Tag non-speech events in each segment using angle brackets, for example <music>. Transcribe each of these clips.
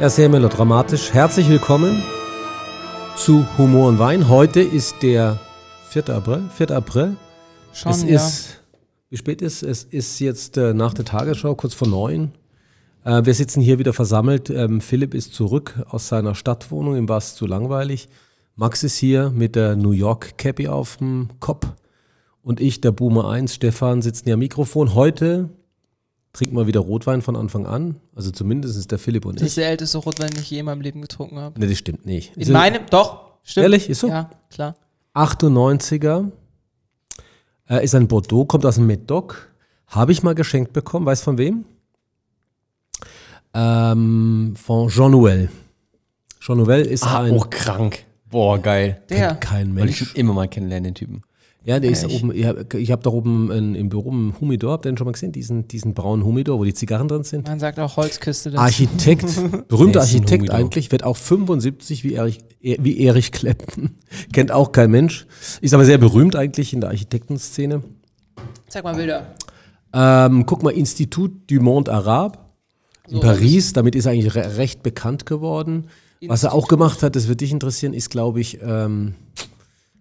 Ja, sehr melodramatisch. Herzlich willkommen zu Humor und Wein. Heute ist der 4. April. 4. April. Schon, es ja. ist, wie spät ist es? Es ist jetzt äh, nach der Tagesschau, kurz vor neun. Äh, wir sitzen hier wieder versammelt. Ähm, Philipp ist zurück aus seiner Stadtwohnung. Ihm war es zu langweilig. Max ist hier mit der New York Cappy auf dem Kopf. Und ich, der Boomer 1, Stefan, sitzen hier am Mikrofon. Heute trinken wir wieder Rotwein von Anfang an. Also zumindest ist der Philipp und Das ich. ist der älteste Rotwein, den ich je in meinem Leben getrunken habe. Ne, das stimmt nicht. In Also, meinem, doch, stimmt. Ehrlich, ist so? Ja, klar. 98er äh, ist ein Bordeaux, kommt aus dem Medoc. Habe ich mal geschenkt bekommen. Weiß von wem? Ähm, von Jean Nouvel. Jean Nouvel ist Ah, ein. oh, krank. Boah, geil. Der. Kein Wollte ich schon Mensch. immer mal kennenlernen, den Typen. Ja, der ist da Ehrlich? oben. Ich habe hab da oben in, im Büro einen Humidor. Habt ihr den schon mal gesehen? Diesen, diesen braunen Humidor, wo die Zigarren drin sind. Man sagt auch Holzküste dazu. Architekt, <laughs> berühmter Nee, ist ein Architekt Humidor. eigentlich, wird auch 75 wie Erich, eh- wie Erich Clapton. <laughs> Kennt auch kein Mensch. Ist aber sehr berühmt eigentlich in der Architektenszene. Zeig mal Bilder. Ähm, guck mal, Institut du Monde Arabe in So, Paris, damit ist er eigentlich re recht bekannt geworden. Was er auch gemacht hat, das wird dich interessieren, ist, glaube ich, ähm,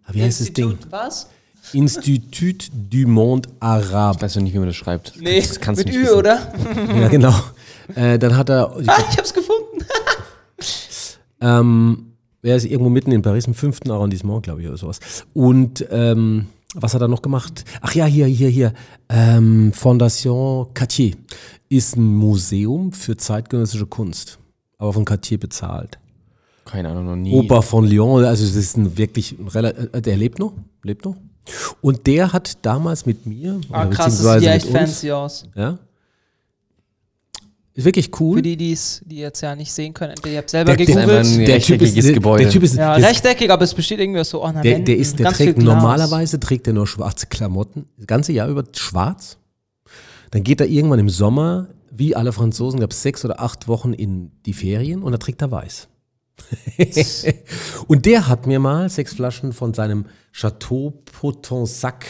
ah, wie heißt das Ding? Institut Was? Institut du Monde Ich Arabe. weiß noch nicht, wie man das schreibt. Nee, das kannst du mit nicht Ü, wissen. oder? <laughs> Ja, <laughs> genau. Äh, dann hat er, Ah, ich hab's gefunden. Ähm, er ist irgendwo mitten in Paris, im fünften Arrondissement, glaube ich, oder sowas. Und ähm, was hat er noch gemacht? Ach ja, hier, hier, hier. Ähm, Fondation Cartier ist ein Museum für zeitgenössische Kunst, aber von Cartier bezahlt. Keine Ahnung, noch nie. Opa von Lyon, also es ist ein wirklich, ein rela- äh, der lebt noch, lebt noch. Und der hat damals mit mir, Ah, oder krass, das sieht beziehungsweise ja mit echt uns, fancy aus. ja, ist wirklich cool. Für die, die's, die jetzt ja nicht sehen können. Ich hab selber Der- der- einfach gegoogelt. ein der Typ ist, rechteckiges der, Gebäude. der Typ ist, Ja, das- rechteckig, aber es besteht irgendwie aus so Der, Ornamenten. der, ist, der ganz viel trägt Glas. <laughs> normalerweise trägt er nur schwarze Klamotten, das ganze Jahr über schwarz. Dann geht er irgendwann im Sommer, wie alle Franzosen, glaube sechs oder acht Wochen in die Ferien und dann trägt er weiß. und der hat mir mal sechs Flaschen von seinem Chateau Potonsac,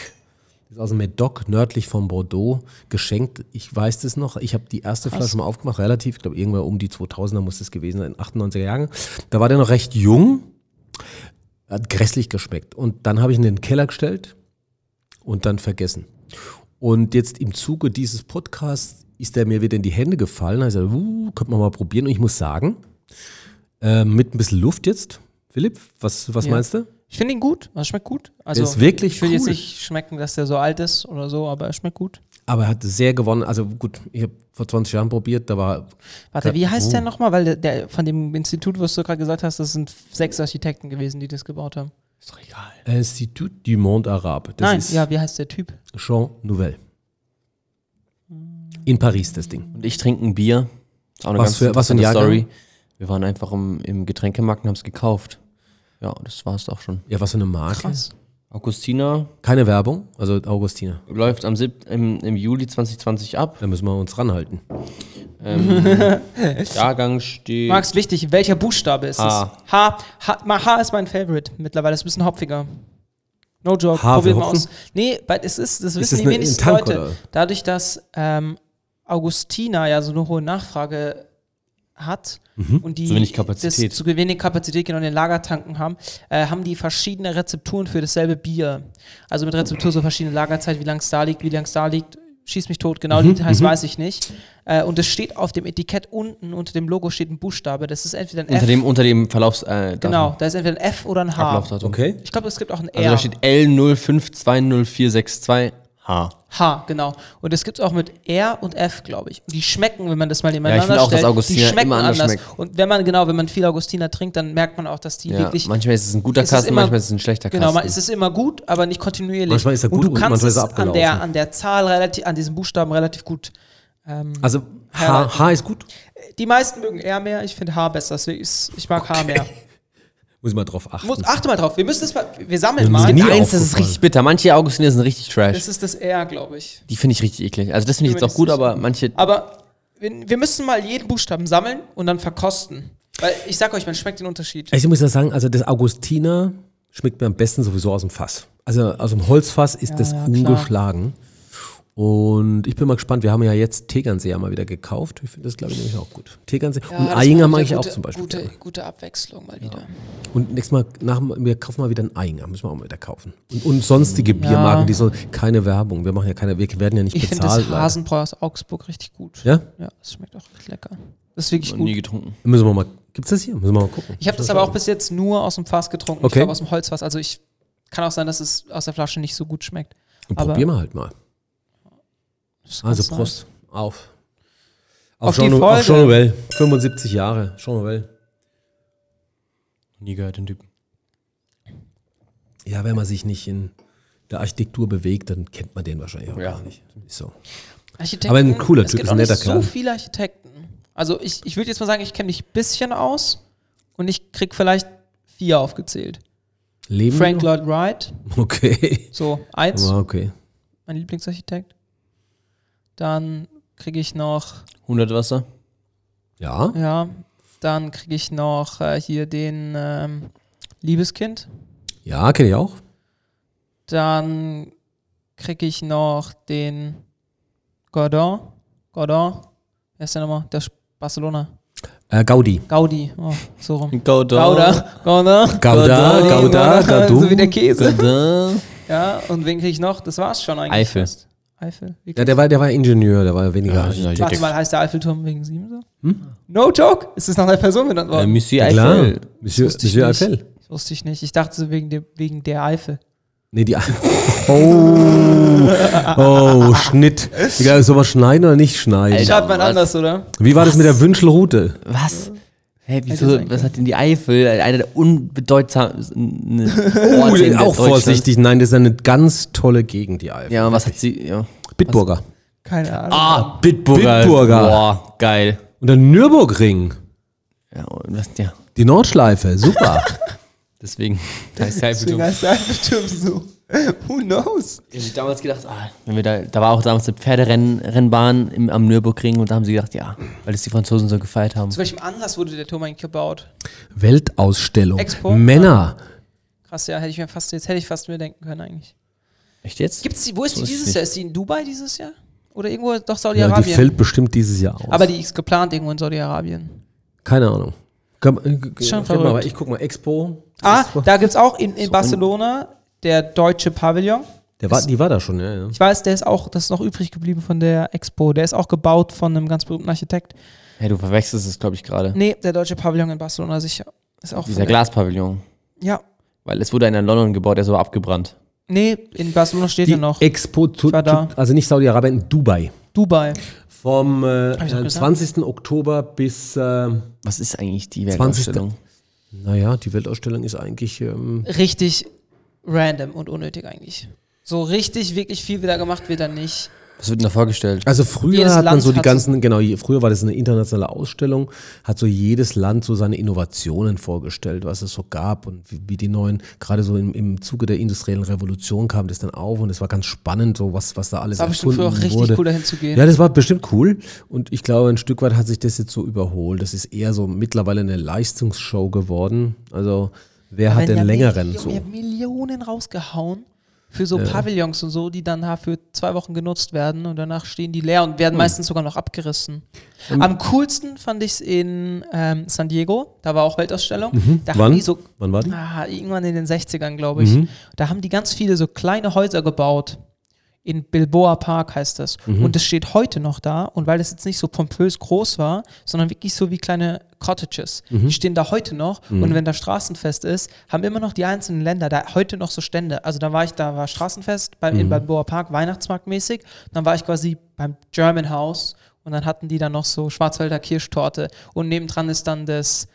das ist aus dem Medoc, nördlich von Bordeaux, geschenkt. Ich weiß das noch. Ich habe die erste Flasche mal aufgemacht, relativ, ich glaube, irgendwann um die 2000er muss es gewesen sein, in 98er Jahren. Da war der noch recht jung hat grässlich geschmeckt. Und dann habe ich ihn in den Keller gestellt und dann vergessen. Und jetzt im Zuge dieses Podcasts ist er mir wieder in die Hände gefallen. Also, uh, könnte man mal probieren. Und ich muss sagen, äh, mit ein bisschen Luft jetzt. Philipp, was, was Ja. meinst du? Ich finde ihn gut. Also schmeckt gut. Also ist wirklich Ich will jetzt cool. nicht schmecken, dass der so alt ist oder so, aber er schmeckt gut. Aber er hat sehr gewonnen. Also gut, ich habe vor 20 Jahren probiert, da war Warte, wie heißt der Oh. nochmal? Weil der, der von dem Institut, was du gerade gesagt hast, das sind sechs Architekten gewesen, die das gebaut haben. Ist doch egal. Institut du Monde Arabe. Das Nein, ist ja, wie heißt der Typ? Jean Nouvel. In Paris, das Ding. Und ich trinke ein Bier. Ist auch eine Was ganz für- was für ein interessante Jahrgang? Wir waren einfach im, im Getränkemarkt und haben es gekauft. Ja, das war es auch schon. Ja, was für eine Marke. Krass. Augustina Keine Werbung, also Augustina. läuft am sieb- im, im Juli 2020 ab. Da müssen wir uns ranhalten. Ähm, Jahrgang steht. Max, wichtig, welcher Buchstabe ist Ah. H. es? H. H, Ma- H ist mein Favorite mittlerweile, ist ein bisschen hopfiger. No joke, H probiert für mal aus. Hopfen? Nee, weil es ist, das Ist wissen das die eine- wenigsten ein Tank, Leute. oder? Dadurch, dass ähm, Augustina ja so eine hohe Nachfrage hat Mhm. und die Zu wenig Kapazität. Das, zu wenig Kapazität genau in den Lagertanken haben, äh, haben die verschiedene Rezepturen für dasselbe Bier. Also mit Rezeptur so verschiedene Lagerzeit, wie lange es da liegt, wie lange es da liegt, schieß mich tot, Mhm, genau die Details weiß ich nicht. Äh, und es steht auf dem Etikett unten, unter dem Logo steht ein Buchstabe. Das ist entweder ein unter, F. dem, unter dem Verlaufs. Äh, genau, da ist entweder ein F oder ein H. Ablaufdatum. Okay. Ich glaube, es gibt auch ein R. Also da steht L0520462H. H, genau. Und das gibt's auch mit R und F, glaube ich. Und die schmecken, wenn man das mal ich nebeneinander finde auch, dass stellt, die Augustiner schmecken immer anders anders. schmeckt. Und wenn man, genau, wenn man viel Augustiner trinkt, dann merkt man auch, dass die Ja, wirklich. manchmal ist es ein guter Es ist Kasten, immer- manchmal ist es ein schlechter Genau, Kasten. man- es ist immer gut, aber nicht kontinuierlich. Manchmal ist er gut und du und kannst manchmal ist es er an der, abgelaufen. an der Zahl relativ, an diesen Buchstaben relativ gut. Also H, Herrleiten. H ist gut. Die meisten mögen R mehr, ich finde H besser. Deswegen ist, ich mag H mehr. Muss ich mal drauf achten. Muss, achte mal drauf, wir müssen das mal, wir sammeln Wir mal. müssen nie- eins, das ist aufgefallen. richtig bitter. Manche Augustiner sind richtig trash. Das ist das R, glaube ich. Die finde ich richtig eklig. Also das finde ich Bin jetzt mir auch gut, nicht Ah, sicher. aber manche. Aber wir, wir müssen mal jeden Buchstaben sammeln und dann verkosten. Weil ich sag euch, man schmeckt den Unterschied. Ich muss ja sagen, also das Augustiner schmeckt mir am besten sowieso aus dem Fass. Also aus dem Holzfass ist das ja, klar. ungeschlagen. Und ich bin mal gespannt, wir haben ja jetzt Tegernseer mal wieder gekauft. Ich finde das, glaube ich, nämlich auch gut. Tegernseer Ja, und das Eyinger war mag wieder ich auch gute- zum Beispiel. Gute, gerne. gute Abwechslung mal wieder. Und nächstes Mal, nach, dem- wir kaufen mal wieder einen Eyinger, müssen wir auch mal wieder kaufen. Und, und sonstige Biermarken, die so, keine Werbung. Wir machen ja keine, wir werden ja nicht Ich finde bezahlt. das leider. Hasenbräu aus Augsburg richtig gut. Ja? Ja, das schmeckt auch richtig lecker. Das ist wirklich Noch gut. nie getrunken. Müssen wir mal, gibt's das hier? Müssen wir mal gucken. Ich habe das aber auch bis jetzt nur aus dem Fass getrunken. Okay. Ich glaube aus dem Holzfass. Also ich kann auch sein, dass es aus der Flasche nicht so gut schmeckt. Und aber- probieren wir halt mal. Das ist Also ganz Prost. Auf. Auf die Jean, Folge. auf Jean Nouvel. 75 Jahre. Jean Nouvel. Noch Nie gehört den Typen. Ja, wenn man sich nicht in der Architektur bewegt, dann kennt man den wahrscheinlich auch gar nicht. Ist so. Nice. Architekten, Aber ein cooler Typ, es gibt ist ein auch netter nicht so Kerl. viele Architekten. Also ich, ich würde jetzt mal sagen, ich kenne mich ein bisschen aus und ich krieg vielleicht vier aufgezählt. Leben. noch? Frank Lloyd Wright, Okay. so eins, Aber okay. mein Lieblingsarchitekt. Dann kriege ich noch 100 Wasser. Ja. Ja, dann kriege ich noch äh, hier den ähm, Liebeskind. Ja, kenne ich auch. Dann kriege ich noch den Gordon. Gordon. Wer ist der nochmal? Der Sch- Barcelona. Äh, Gaudi. Gaudi. Oh, so rum. Gouda. Gouda. Gouda. Gauda, Gaudi, Gauda, Gaudu. So wie der Käse. Gouda. Ja, und wen kriege ich noch? Das war's schon eigentlich. Eifel. fast. Eifel. Wie Ja, der war, der war Ingenieur, der war weniger. Ja, ja, ja. Warte mal, heißt der Eiffelturm wegen sieben so? No joke. Ist das nach einer Person benannt Äh, worden? Monsieur Ja, klar. Eiffel. Monsieur, Wusste ich Monsieur nicht. Eiffel. Das wusste ich nicht. Ich dachte so wegen, dem, wegen der Eifel. Nee, die. Oh, <laughs> oh Schnitt. Egal, soll man schneiden oder nicht schneiden? Alter. Schreibt man was? anders, oder? Wie war das mit der Wünschelrute? Was? Hä, Hätte wieso, sein was hat denn die Eifel? Einer der unbedeutsamsten <laughs> Oh, Also Orte in auch Deutschland. vorsichtig. Nein, das ist eine ganz tolle Gegend, die Eifel. Ja, was hat sie, ja. Bitburger. Keine Ahnung. Ah, Bitburger. Bitburger. Boah, geil. Und der Nürburgring. Ja, und was, ja. Die Nordschleife. Super. <laughs> <laughs> Deswegen heißt der Deswegen Eiffelturm. heißt der Eiffelturm so. <laughs> Who knows? Ich habe damals gedacht, ah, wenn wir da, da war auch damals eine Pferderennbahn im, am Nürburgring und da haben sie gedacht, ja, weil das die Franzosen so gefeiert haben. Zu welchem Anlass wurde der Turm eigentlich gebaut? Weltausstellung. Expo? Männer. Krass, ja, hätte ich mir fast, jetzt hätte ich fast mir denken können eigentlich. Echt jetzt? Gibt's die, wo ist die Wusste ich dieses nicht. Jahr? Ist die in Dubai dieses Jahr? Oder irgendwo, doch Ja, die Saudi-Arabien. fällt bestimmt dieses Jahr aus. aber die ist geplant irgendwo in Saudi-Arabien. Keine Ahnung. Komm, äh, g- Schon guck mal, verrückt. ich guck mal, Expo. Ah, Expo. da gibt's auch in, in Barcelona der deutsche Pavillon. Der war, die war da schon, ja. ja. Ich weiß, der ist auch, das ist noch übrig geblieben von der Expo. Der ist auch gebaut von einem ganz berühmten Architekt. Hey, du verwechselst es, glaube ich, gerade. Nee, der deutsche Pavillon in Barcelona sicher. Ist auch Dieser von der- Glaspavillon. Ja. Weil es wurde einer in London gebaut, der ist aber abgebrannt. Nee, in Barcelona steht er noch. Expo, zu, Ich war da. zu, also nicht Saudi-Arabien, in Dubai. Dubai. Vom äh, ich doch gesagt? 20. Oktober bis, äh, Was ist eigentlich die 20. Weltausstellung? naja, die Weltausstellung ist eigentlich, ähm, richtig random und unnötig eigentlich. So richtig, wirklich viel wieder gemacht wird da nicht. Was wird denn da vorgestellt? also früher Jedes hat man Land so die hat ganzen, genau, je- früher war das eine internationale Ausstellung, hat so jedes Land so seine Innovationen vorgestellt, was es so gab und wie, wie die neuen, gerade so im, im Zuge der industriellen Revolution kam das dann auf und es war ganz spannend, so was, was da alles Das war bestimmt früher auch richtig wurde. cool, dahin zu gehen. Ja, das war bestimmt cool. Und ich glaube, ein Stück weit hat sich das jetzt so überholt. Das ist eher so mittlerweile eine Leistungsshow geworden. Also, wer hat den längeren Millionen, so? Millionen rausgehauen für so Pavillons und so, die dann für zwei Wochen genutzt werden und danach stehen die leer und werden Hm. meistens sogar noch abgerissen. Am coolsten fand ich es in ähm, San Diego, da war auch Weltausstellung. Da haben Mhm. Wann? die so Wann war die? Ah, irgendwann in den 60ern, glaube ich. Da haben die ganz viele so kleine Häuser gebaut. In Bilboa Park heißt das. Und das steht heute noch da. Und weil das jetzt nicht so pompös groß war, sondern wirklich so wie kleine Cottages. Die stehen da heute noch. Und wenn da Straßenfest ist, haben immer noch die einzelnen Länder da heute noch so Stände. Also da war ich, da war Straßenfest beim, in Bilboa Park, Weihnachtsmarktmäßig. Dann war ich quasi beim German House. Und dann hatten die da noch so Schwarzwälder Kirschtorte. Und nebendran ist dann das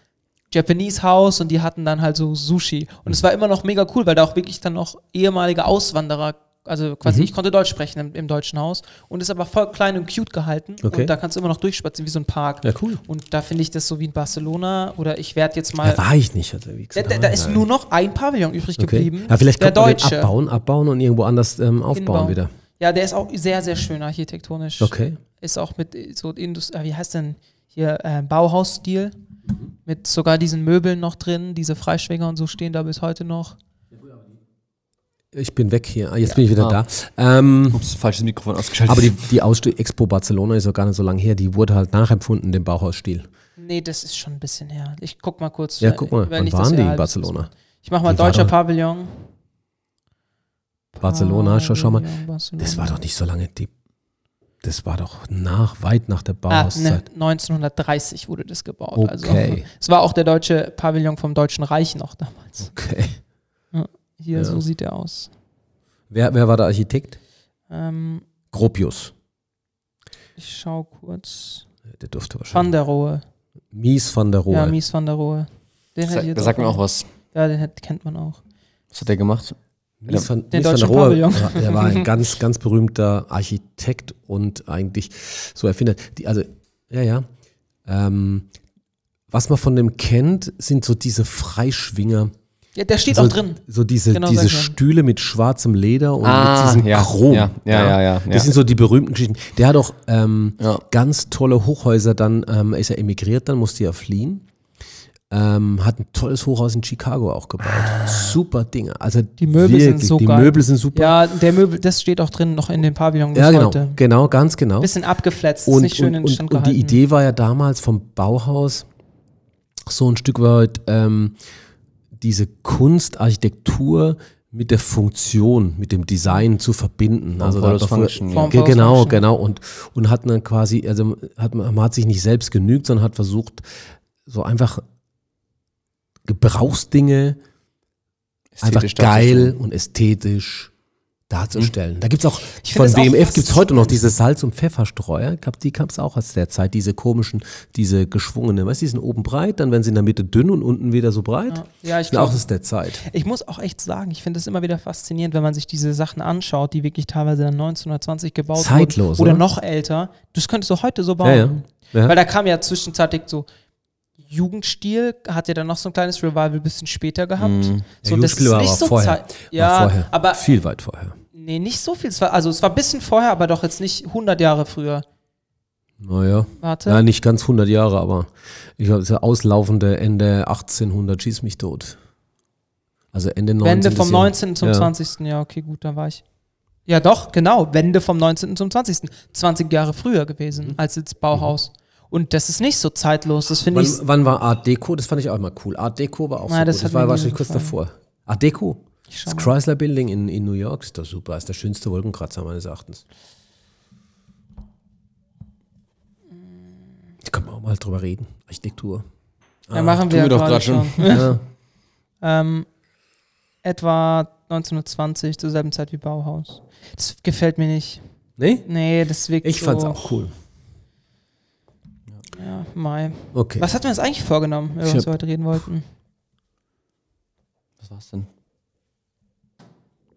Japanese House und die hatten dann halt so Sushi. Und es war immer noch mega cool, weil da auch wirklich dann noch ehemalige Auswanderer, also Mhm. quasi ich konnte Deutsch sprechen im, im deutschen Haus und ist aber voll klein und cute gehalten. Okay. Und da kannst du immer noch durchspazieren wie so ein Park. Ja, cool. Und da finde ich das so wie in Barcelona oder ich werde jetzt mal. Da war ich nicht. Also, wie da, gesagt, da, da ist nein. nur noch ein Pavillon übrig okay. geblieben. Ja, vielleicht der kann man den Deutsche. abbauen, abbauen und irgendwo anders ähm, aufbauen Hinbauen. wieder. Ja, der ist auch sehr, sehr schön architektonisch. Okay. Ist auch mit äh, so Indust äh, wie heißt denn hier äh, Bauhausstil Mhm. mit sogar diesen Möbeln noch drin, diese Freischwinger und so stehen da bis heute noch. Ich bin weg hier. Ah, Jetzt bin ich wieder da. Ähm, Ups, falsches Mikrofon <laughs> ausgeschaltet. aber die, die Ausste Expo Barcelona ist auch gar nicht so lange her. Die wurde halt nachempfunden, dem Bauhausstil. Nee, das ist schon ein bisschen her. Ich guck mal kurz. Ja, guck mal, wenn wann ich das waren die in erhalte. Barcelona? Ich mach mal Die deutscher waren- Pavillon. Ah, Barcelona, schau, schau mal. Pavillon, Barcelona. Das war doch nicht so lange. Die, das war doch nach, weit nach der Ah, ne, Bauhauszeit. 1930 wurde das gebaut. Also, Okay. es war auch der deutsche Pavillon vom Deutschen Reich noch damals. Okay. Hier, Ja. so sieht er aus. Wer, wer war der Architekt? Ähm, Gropius. ich schau kurz. Der durfte Van wahrscheinlich. der Rohe. Mies van der Rohe. Ja, Mies van der Rohe. Den hätte ich Sag, jetzt da sagt mir auch was. Ja, den hätte- kennt man auch. Was hat der gemacht? Mies van, Mies van Den der deutschen Rohe. Pavillon. Er, war- er war <laughs> ein ganz, ganz berühmter Architekt und eigentlich so Erfinder. Die, also, ja, ja. Ähm, was man von dem kennt, sind so diese Freischwinger. Ja, der steht so, auch drin. So diese, Genau, diese sag ich ja. Stühle mit schwarzem Leder und Ah, mit diesem ja, Chrom. ja, ja, ja, ja, ja. Das sind so die berühmten Geschichten. Der hat auch ähm, Ja. ganz tolle Hochhäuser, dann ähm, ist er emigriert, dann musste er fliehen. Ähm, hat ein tolles Hochhaus in Chicago auch gebaut. Super Dinge. Also die Ah. Möbel sind so die geil. Möbel sind super. Ja, der Möbel, das steht auch drin, noch in dem Pavillon bis Ja, genau, heute. genau, ganz genau. Bisschen abgefletzt, ist Und, nicht schön in und, Stand und, und die gehalten. Idee war ja damals vom Bauhaus so ein Stück weit ähm, diese Kunst, Architektur mit der Funktion, mit dem Design zu verbinden. Also da follows hat man function, früher- ja. Form Ge- follows genau, function. genau und und hat dann quasi, also hat man man hat sich nicht selbst genügt, sondern hat versucht, so einfach Gebrauchsdinge einfach Ästhetisch geil darzustellen. und ästhetisch darzustellen. Da gibt es auch, Hm. Ich find von das auch BMF fast- gibt es heute noch diese Salz- und Pfefferstreuer. Ich glaub, die gab es auch aus der Zeit, diese komischen, diese geschwungenen. Weißt du, die sind oben breit, dann werden sie in der Mitte dünn und unten wieder so breit. Ja, ja ich Sind auch glaube. aus der Zeit. Ich muss auch echt sagen, ich finde es immer wieder faszinierend, wenn man sich diese Sachen anschaut, die wirklich teilweise dann 1920 gebaut Zeitlos, wurden oder oder? noch älter. Das könntest du heute so bauen. Ja, ja. ja. Weil da kam ja zwischenzeitlich so Jugendstil, hat ja dann noch so ein kleines Revival bisschen später gehabt. So, Mhm. Der das ist Jugendstil war nicht aber so vorher. Zeit- War Ja, vorher. aber Viel weit vorher. nee, nicht so viel. Es war, also es war ein bisschen vorher, aber doch jetzt nicht 100 Jahre früher. Naja. Warte. Ja, nicht ganz 100 Jahre, aber ich glaube, das ist ja auslaufende Ende 1800, schieß mich tot. Also Ende 19. Wende vom 19. zum ja. 20. Ja, okay, gut, da war ich. Ja, doch, genau. Wende vom 19. zum 20. 20 Jahre früher gewesen Mhm. als jetzt Bauhaus. Und das ist nicht so zeitlos. Das finde Wann, ich. wann war Art Deco? Das fand ich auch immer cool. Art Deco war auch Nein, so das gut. hat Das war mir nie wahrscheinlich kurz gefallen. davor. Art Deco. ich schau Das mal. Chrysler Building in, in New York ist doch super. Ist der schönste Wolkenkratzer meines Erachtens. Da können wir auch mal drüber reden. <laughs> Architektur. Ja, machen wir ah, tun ja wir doch gerade grad schon. schon. <laughs> Ja. ähm, etwa 1920 zur selben Zeit wie Bauhaus. Das gefällt mir nicht. Nee? Nee, das wirkt Ich so. fand's auch cool. Ja, Mai. Okay. Was hatten wir uns eigentlich vorgenommen, über Ich was hab- wir heute reden wollten? Was war's denn?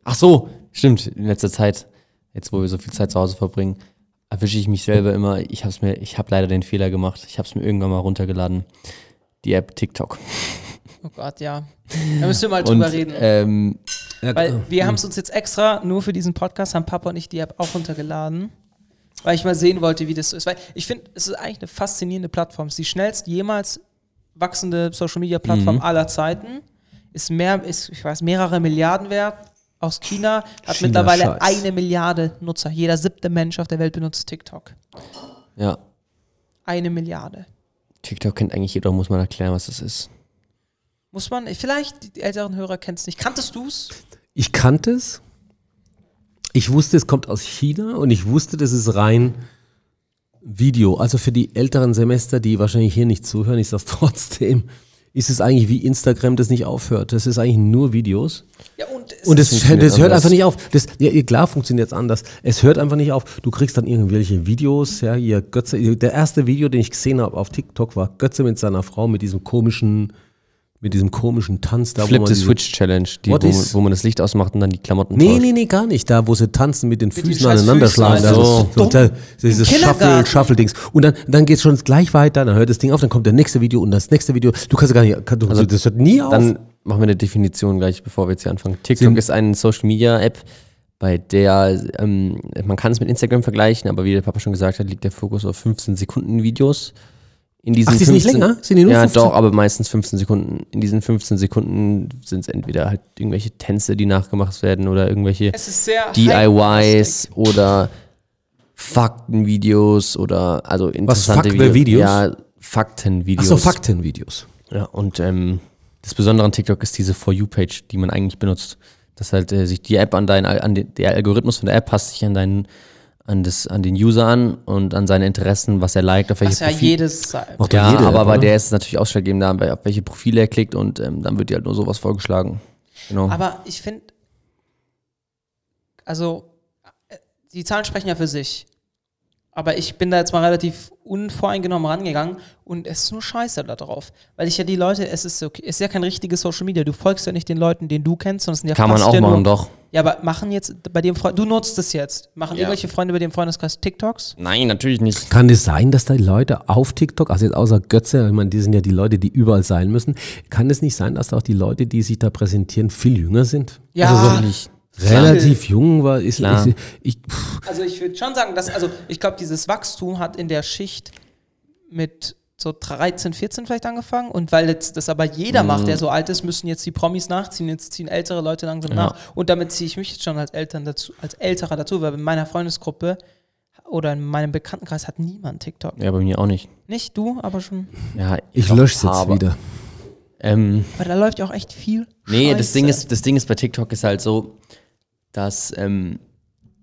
Ach so, stimmt. In letzter Zeit, jetzt wo wir so viel Zeit zu Hause verbringen, erwische ich mich selber immer. Ich hab's mir, ich habe leider den Fehler gemacht. Ich habe es mir irgendwann mal runtergeladen. Die App TikTok. Oh Gott, ja. Da müssen wir mal Und drüber reden. ähm, Ja, genau. Weil wir haben es uns jetzt extra nur für diesen Podcast, haben Papa und ich die App auch runtergeladen, weil ich mal sehen wollte, wie das so ist. Weil ich finde, es ist eigentlich eine faszinierende Plattform. Es ist die schnellst jemals wachsende Social Media Plattform aller Zeiten. Ist mehr, ist, ich weiß, mehrere Milliarden wert. Aus China hat China mittlerweile Scheiß. eine Milliarde Nutzer. Jeder siebte Mensch auf der Welt benutzt TikTok. ja, Eine Milliarde. TikTok kennt eigentlich jeder. Muss man erklären, was das ist. Muss man, vielleicht, die älteren Hörer kennen es nicht. Kanntest du es? Ich kannte es. Ich wusste, es kommt aus China und ich wusste, das ist rein Video. Also für die älteren Semester, die wahrscheinlich hier nicht zuhören, ich sage <laughs> trotzdem, ist es eigentlich wie Instagram, das nicht aufhört. Das ist eigentlich nur Videos. Ja, und es Und das, das funktioniert hört anders. einfach nicht auf. Das, ja, ja, klar funktioniert es anders. Es hört einfach nicht auf. Du kriegst dann irgendwelche Videos. Ja, ihr Götze, der erste Video, den ich gesehen habe auf TikTok, war Götze mit seiner Frau mit diesem komischen, mit diesem komischen Tanz da, Flip the diese- Switch Challenge, die, wo, What is- man- wo man das Licht ausmacht und dann die Klamotten Nee, tauscht. nee, nee, gar nicht. Da, wo sie tanzen mit den Mit den Füßen scheiß aneinander Füßen, schlagen. Da, Alter. so, Das ist so, dumm. da, dieses Im Shuffle, Kindergarten. Shuffle-Dings. Und dann, dann geht es schon gleich weiter. Dann hört das Ding auf, dann kommt der nächste Video und das nächste Video. Du kannst ja gar nicht, kann, du, das hört nie auf. Dann machen wir eine Definition gleich, bevor wir jetzt hier anfangen. TikTok ist eine Social Media App, bei der ähm, man kann es mit Instagram vergleichen, aber wie der Papa schon gesagt hat, liegt der Fokus auf 15 Sekunden Videos. in diesen Ach, die sind nicht 15 länger? Sind die nur ja, 15? doch, aber meistens 15 Sekunden. In diesen 15 Sekunden sind es entweder halt irgendwelche Tänze, die nachgemacht werden oder irgendwelche Es ist sehr. DIYs oder Faktenvideos oder also interessante Faktenvideos? Videos. Ja, Faktenvideos. Achso, Faktenvideos. Ja, und ähm, das Besondere an TikTok ist diese For You-Page, die man eigentlich benutzt. Dass halt äh, sich die App an deinen, Al- an den, der Algorithmus von der App passt sich an deinen, an das, an den User an und an seine Interessen, was er liked, auf welche Was ja Profil- jedes. Macht ja, doch jede aber App, bei oder? der ist es natürlich ausschlaggebend, da, auf welche Profile er klickt und ähm, dann wird dir halt nur sowas vorgeschlagen. Genau. Aber ich finde, also äh, die Zahlen sprechen ja für sich. Aber ich bin da jetzt mal relativ unvoreingenommen rangegangen und es ist nur Scheiße da drauf. Weil ich ja die Leute, es ist okay, es ist ja kein richtiges Social Media. Du folgst ja nicht den Leuten, den du kennst, sondern es sind ja Kann man fast auch ja machen, nur, doch. Ja, aber machen jetzt bei dem Freund, du nutzt es jetzt. Machen irgendwelche Freunde bei dem Freundeskreis TikToks? Nein, natürlich nicht. Kann es sein, dass da die Leute auf TikTok, also jetzt außer Götze, ich meine, die sind ja die Leute, die überall sein müssen, kann es nicht sein, dass da auch die Leute, die sich da präsentieren, viel jünger sind? Ja. Also so Natürlich. relativ jung war, ist, Klar. ist ich, pff, Also ich würde schon sagen, dass, also ich glaube, dieses Wachstum hat in der Schicht mit so 13, 14 vielleicht angefangen und weil jetzt das aber jeder macht, Mhm. der so alt ist, müssen jetzt die Promis nachziehen, jetzt ziehen ältere Leute langsam nach und damit ziehe ich mich jetzt schon als Eltern dazu, als älterer dazu, weil in meiner Freundesgruppe oder in meinem Bekanntenkreis hat niemand TikTok. Ja, bei mir auch nicht. Nicht du, aber schon. Ja, ich doch, lösche es jetzt aber- wieder. Ähm, Aber da läuft ja auch echt viel. Nee, das Scheiße. Ding, ist, das Ding ist bei TikTok ist halt so, dass ähm,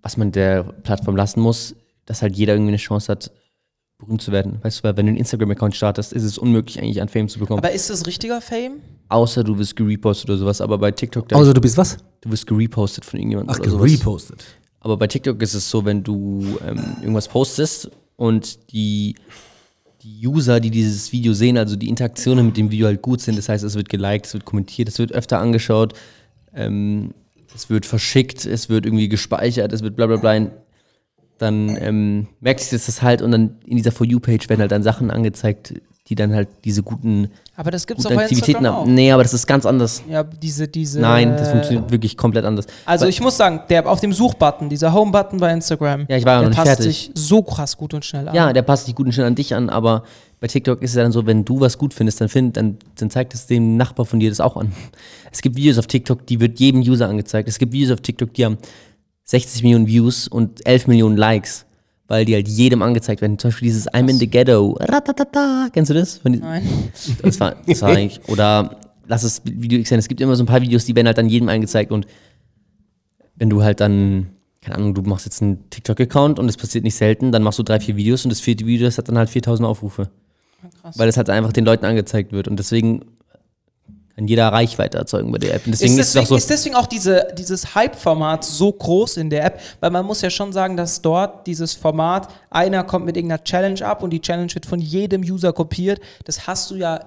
was man der Plattform lassen muss, dass halt jeder irgendwie eine Chance hat, berühmt zu werden. Weißt du, weil wenn du einen Instagram-Account startest, ist es unmöglich, eigentlich an Fame zu bekommen. Aber ist das richtiger Fame? Außer du wirst gerepostet oder sowas. Aber bei TikTok, da, Außer du bist was? du wirst gerepostet von irgendjemandem Also Ach, oder sowas. repostet. Aber bei TikTok ist es so, wenn du ähm, irgendwas postest und die, die User, die dieses Video sehen, also die Interaktionen mit dem Video halt gut sind, das heißt, es wird geliked, es wird kommentiert, es wird öfter angeschaut, ähm, es wird verschickt, es wird irgendwie gespeichert, es wird bla bla bla. Dann ähm, merkst du jetzt das halt und dann in dieser For You-Page werden halt dann Sachen angezeigt, die dann halt diese guten, Aber das gibt's doch guten bei Aktivitäten Instagram auch. haben. Nee, aber das ist ganz anders. Ja, diese, diese. Nein, das funktioniert wirklich komplett anders. Also Weil- ich muss sagen, der auf dem Suchbutton, dieser Home-Button bei Instagram, Ja, ich war ja der noch nicht passt sich fertig. so krass gut und schnell an. Ja, der passt sich gut und schön an dich an, aber bei TikTok ist es ja dann so, wenn du was gut findest, dann, find, dann, dann zeigt es dem Nachbar von dir das auch an. Es gibt Videos auf TikTok, die wird jedem User angezeigt. Es gibt Videos auf TikTok, die haben 60 Millionen Views und 11 Millionen Likes, weil die halt jedem angezeigt werden. Zum Beispiel dieses I'm in the Ghetto. Ratatata. Kennst du das? Von die- Nein. Das war, das war eigentlich, oder lass es Video X sein. Es gibt immer so ein paar Videos, die werden halt dann jedem angezeigt und wenn du halt dann, keine Ahnung, du machst jetzt einen TikTok-Account und das passiert nicht selten, dann machst du drei, vier Videos und das vierte Video, das hat dann halt 4000 Aufrufe. krass. Weil das halt einfach den Leuten angezeigt wird und deswegen kann jeder Reichweite erzeugen bei der App. Und deswegen Ist ist, deswegen, es auch so. ist deswegen auch diese, dieses Hype-Format so groß in der App, weil man muss ja schon sagen, dass dort dieses Format, einer kommt mit irgendeiner Challenge ab und die Challenge wird von jedem User kopiert. Das hast du ja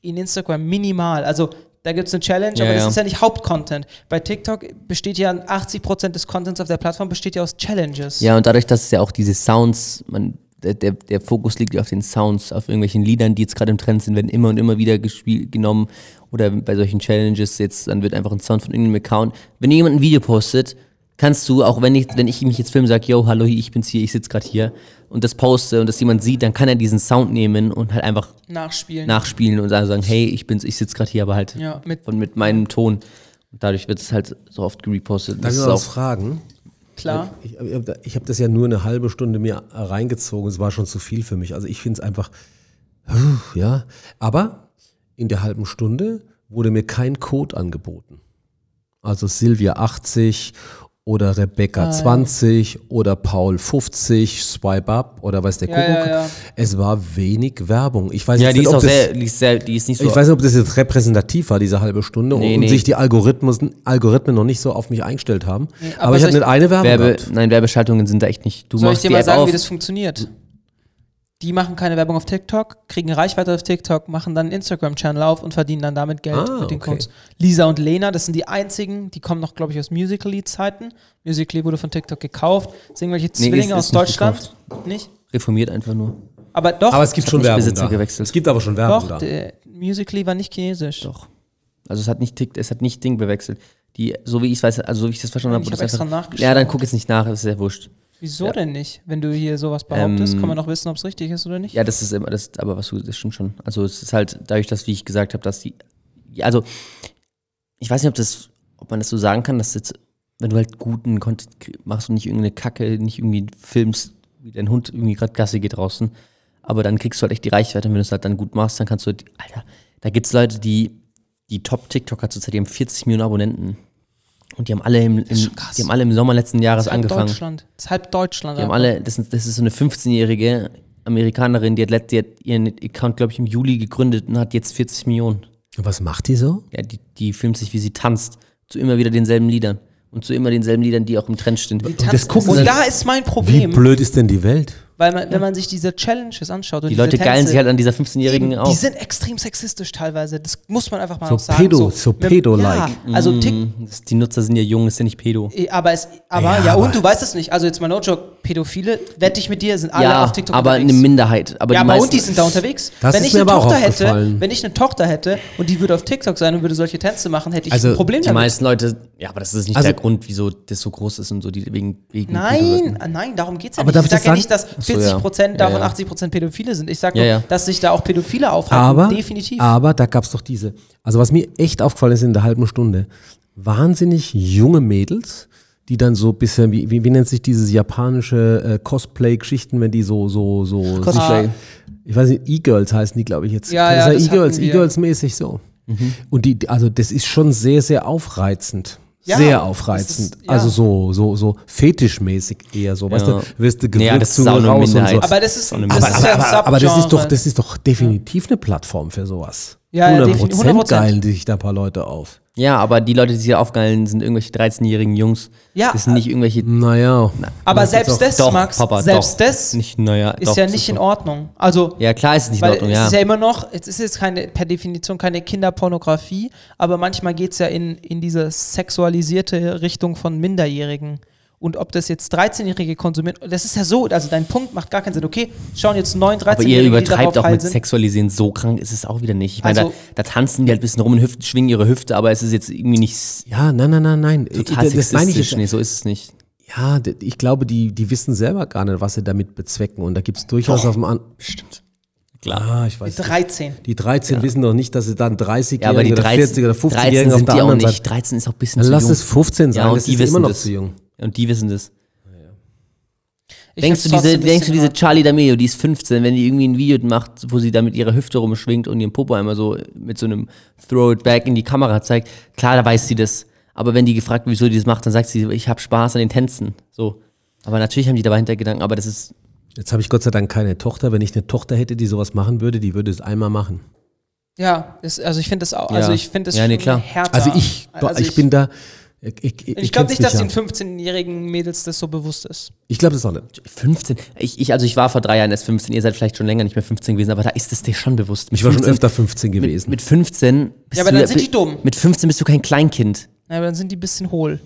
in Instagram minimal. Also da gibt es eine Challenge, Ja, aber das ja. ist ja nicht Hauptcontent. Bei TikTok besteht ja 80% des Contents auf der Plattform besteht ja aus Challenges. ja, und dadurch, dass es ja auch diese Sounds, man, der, der, der Fokus liegt ja auf den Sounds, auf irgendwelchen Liedern, die jetzt gerade im Trend sind, werden immer und immer wieder gespielt, genommen. Oder bei solchen Challenges jetzt, dann wird einfach ein Sound von irgendeinem Account. Wenn jemand ein Video postet, kannst du, auch wenn ich, wenn ich mich jetzt filme, sag, yo, hallo, ich bin's hier, ich sitze gerade hier und das poste und das jemand sieht, dann kann er diesen Sound nehmen und halt einfach Nachspielen. nachspielen und dann sagen, hey, ich bin's, ich sitze gerade hier, aber halt Ja, mit- mit, von, mit meinem Ton. Und dadurch wird es halt so oft gerepostet. Darf Das ich ist mal was auch, fragen? Klar. Ich, ich habe hab das ja nur eine halbe Stunde mir reingezogen. Es war schon zu viel für mich. Also ich finde es einfach, puh, ja. Aber in der halben Stunde wurde mir kein Code angeboten. Also Silvia 80 oder Ah, Rebecca 20 oder Paul 50, Swipe Up oder weiß der Ja, Kuckuck. ja, ja. Es war wenig Werbung. Ich weiß ja, jetzt die nicht, ist ob halt auch das- sehr, die ist sehr, die ist nicht so ich weiß nicht, ob das jetzt repräsentativ war, diese halbe Stunde, Nee, und nee. sich die Algorithmus, Algorithmen noch nicht so auf mich eingestellt haben. aber, aber ich hatte soll nicht eine Werbung. Werbe, gehabt. nein, Werbeschaltungen sind da echt nicht. Du Oh Soll ich machst dir die mal App sagen, auf. wie das funktioniert? Die machen keine Werbung auf TikTok, kriegen Reichweite auf TikTok, machen dann einen Instagram-Channel auf und verdienen dann damit Geld Ah, mit den okay. Codes. Lisa und Lena, das sind die einzigen, die kommen noch, glaube ich, aus Musical.ly-Zeiten. Musical.ly wurde von TikTok gekauft. Das sind irgendwelche Nee, Zwillinge ist- ist aus nicht Deutschland. Nicht? reformiert einfach nur. Aber doch, aber es gibt schon mich Werbung. Besitzer Da. gewechselt. Es gibt aber schon Werbung doch, da. äh, Musical.ly war nicht chinesisch. Doch. Also es hat nicht Tick, es hat nicht Ding gewechselt. Die, so wie ich weiß, also so wie ich das verstanden habe, Ich wurde hab es einfach- extra nachgeschaut. Ja, dann guck jetzt nicht nach, das ist ja wurscht. Wieso denn nicht? Wenn du hier sowas behauptest, kann man doch wissen, ob es richtig ist oder nicht. Ja, das ist immer das, aber was du, das stimmt schon. Also es ist halt dadurch, dass wie ich gesagt habe, dass die, ja, also ich weiß nicht, ob das, ob man das so sagen kann, dass jetzt, wenn du halt guten Content krie- machst und nicht irgendeine Kacke, nicht irgendwie filmst, wie dein Hund irgendwie gerade Gasse geht draußen, aber dann kriegst du halt echt die Reichweite, und wenn du es halt dann gut machst, dann kannst du, halt, Alter, da gibt's Leute, die, die Top-TikToker zurzeit, die haben 40 Millionen Abonnenten und die haben alle im, im ist schon krass. die haben alle im Sommer letzten Jahres ist halb angefangen. Deutschland. Das ist halb Deutschland. Die haben Alter. alle, das, sind- das ist so eine 15-jährige Amerikanerin, die hat, let, die hat ihren Account, glaube ich, im Juli gegründet und hat jetzt 40 Millionen. Was macht die so? Ja, die, die filmt sich, wie sie tanzt, zu immer wieder denselben Liedern. Und zu immer denselben Liedern, die auch im Trend stehen. Die tanzen- das gucken und sie- da ist mein Wie Problem, blöd ist denn die Welt? weil man, wenn man sich diese Challenges anschaut und Die diese Leute Tänze, geilen sich halt an dieser 15-Jährigen Die auf. sind extrem sexistisch teilweise. Das muss man einfach mal So auch sagen. pedo- so pedo-like. Ja, also Tik Mm, das- Die Nutzer sind ja jung, ist ja nicht pedo. Eh, Aber, es, aber Ja, ja, aber- und du weißt es nicht. Also jetzt mal no joke, Pädophile, wette ich mit dir, sind alle ja, auf TikTok aber unterwegs. eine Minderheit. Aber ja, die aber meisten, und die sind da unterwegs. Das wenn ist ich mir eine aber auch Tochter hätte, aufgefallen. wenn ich eine Tochter hätte und die würde auf TikTok sein und würde solche Tänze machen, hätte ich Also, ein Problem Die damit. meisten Leute, ja, aber das ist nicht Also- der Grund, wieso das so groß ist und so, die wegen, wegen Nein, ah, nein, darum geht es ja Aber darf nicht. ich Ich das sage ja nicht, dass sagen? 40% so, ja. Ja, davon ja. 80% Pädophile sind. Ich sage Ja, nur, ja. dass sich da auch Pädophile aufhalten. Aber, Definitiv. aber da gab es doch diese. Also was mir echt aufgefallen ist in der halben Stunde, wahnsinnig junge Mädels, die dann so bisschen, wie, wie, wie nennt sich dieses japanische äh, Cosplay-Geschichten, wenn die so, so, so, Cosplay. Ah. ich weiß nicht, E-Girls heißen die, glaube ich, jetzt. Ja, ja, Kann das sein? E-Girls, hatten wir. Mhm. E-Girls mäßig so. Und die, die- also das ist schon sehr, sehr aufreizend. Ja, sehr das aufreizend. ist- ja. Also so, so, so fetischmäßig eher so. Weißt Ja. du, wirst du Naja, gewürzt das ist auch eine raus und so. Minderheit. aber das ist, Aber- das ist ja Aber, ein aber, aber das ist doch, Subgenre. das ist doch definitiv eine Plattform für sowas. Ja, ja, definitiv. 100% 100%. geilen sich da ein paar Leute auf. Ja, aber die Leute, die sich aufgeilen, sind irgendwelche 13-jährigen Jungs. Ja, äh, Das sind nicht irgendwelche. Naja. aber Das ist selbst auch- das, Max, selbst das ist Nicht, naja, doch, ja das nicht in so. Ordnung. Also Ja, klar ist es nicht in Weil Ordnung, es ja. ist ja immer noch, es ist jetzt keine, per Definition keine Kinderpornografie, aber manchmal geht es ja in, in diese sexualisierte Richtung von Minderjährigen. Und ob das jetzt 13-Jährige konsumieren, das ist ja so, also dein Punkt macht gar keinen Sinn. Okay, schauen jetzt 9, 13-Jährige, aber ihr die darauf übertreibt auch heil mit sind. Sexualisieren. So krank ist es auch wieder nicht. Ich meine, Also- da, da tanzen die halt ein bisschen rum und Hüften, schwingen ihre Hüfte, aber es ist jetzt irgendwie nicht s- Ja, nein, nein, nein, nein. total Ich- das meine ich sexistisch. jetzt. Nee, so ist es nicht. Ja, d- ich glaube, die, die wissen selber gar nicht, was sie damit bezwecken. Und da gibt es durchaus auf dem An. Stimmt. Klar. Ah, ich weiß. nicht. 13. Die 13 wissen doch nicht, dass sie dann 30 Ja, aber die oder 40 13, oder 13 50-Jährigen auf sind der die auch anderen nicht. Seite. 13 ist auch ein bisschen Dann zu lass jung. es 15 sein, Ja, und das die ist wissen immer noch das. zu jung. Und die wissen das. Ich denkst du, find's diese, trotzdem ein denkst bisschen du, diese hart. Charlie D'Amelio, die ist 15, wenn die irgendwie ein Video macht, wo sie da mit ihrer Hüfte rumschwingt und ihren Popo einmal so äh, mit so einem Throw it back in die Kamera zeigt, klar, da weiß sie das. Aber wenn die gefragt, wird, wieso die das macht, dann sagt sie, ich habe Spaß an den Tänzen. So. Aber natürlich haben die dabei Hintergedanken, aber das ist. Jetzt habe ich Gott sei Dank keine Tochter. Wenn ich eine Tochter hätte, die sowas machen würde, die würde es einmal machen. Ja, ist, also ich finde das auch, also Ja. ich finde das Ja, nee, klar. härter. Also ich, Also ich, bin da. Ich, ich, Ich glaube nicht, kenn's dass den ja. 15-jährigen Mädels das so bewusst ist. Ich glaube das auch nicht. 15. Ich, ich, also ich war vor drei Jahren erst 15, ihr seid vielleicht schon länger nicht mehr 15 gewesen, aber da ist es dir schon bewusst. Mit Ich war schon 15 öfter 15 mit, gewesen. mit 15 bist Ja, aber dann du- sind die dumm. Mit 15 bist du kein Kleinkind. Na, aber dann sind die ein bisschen hohl.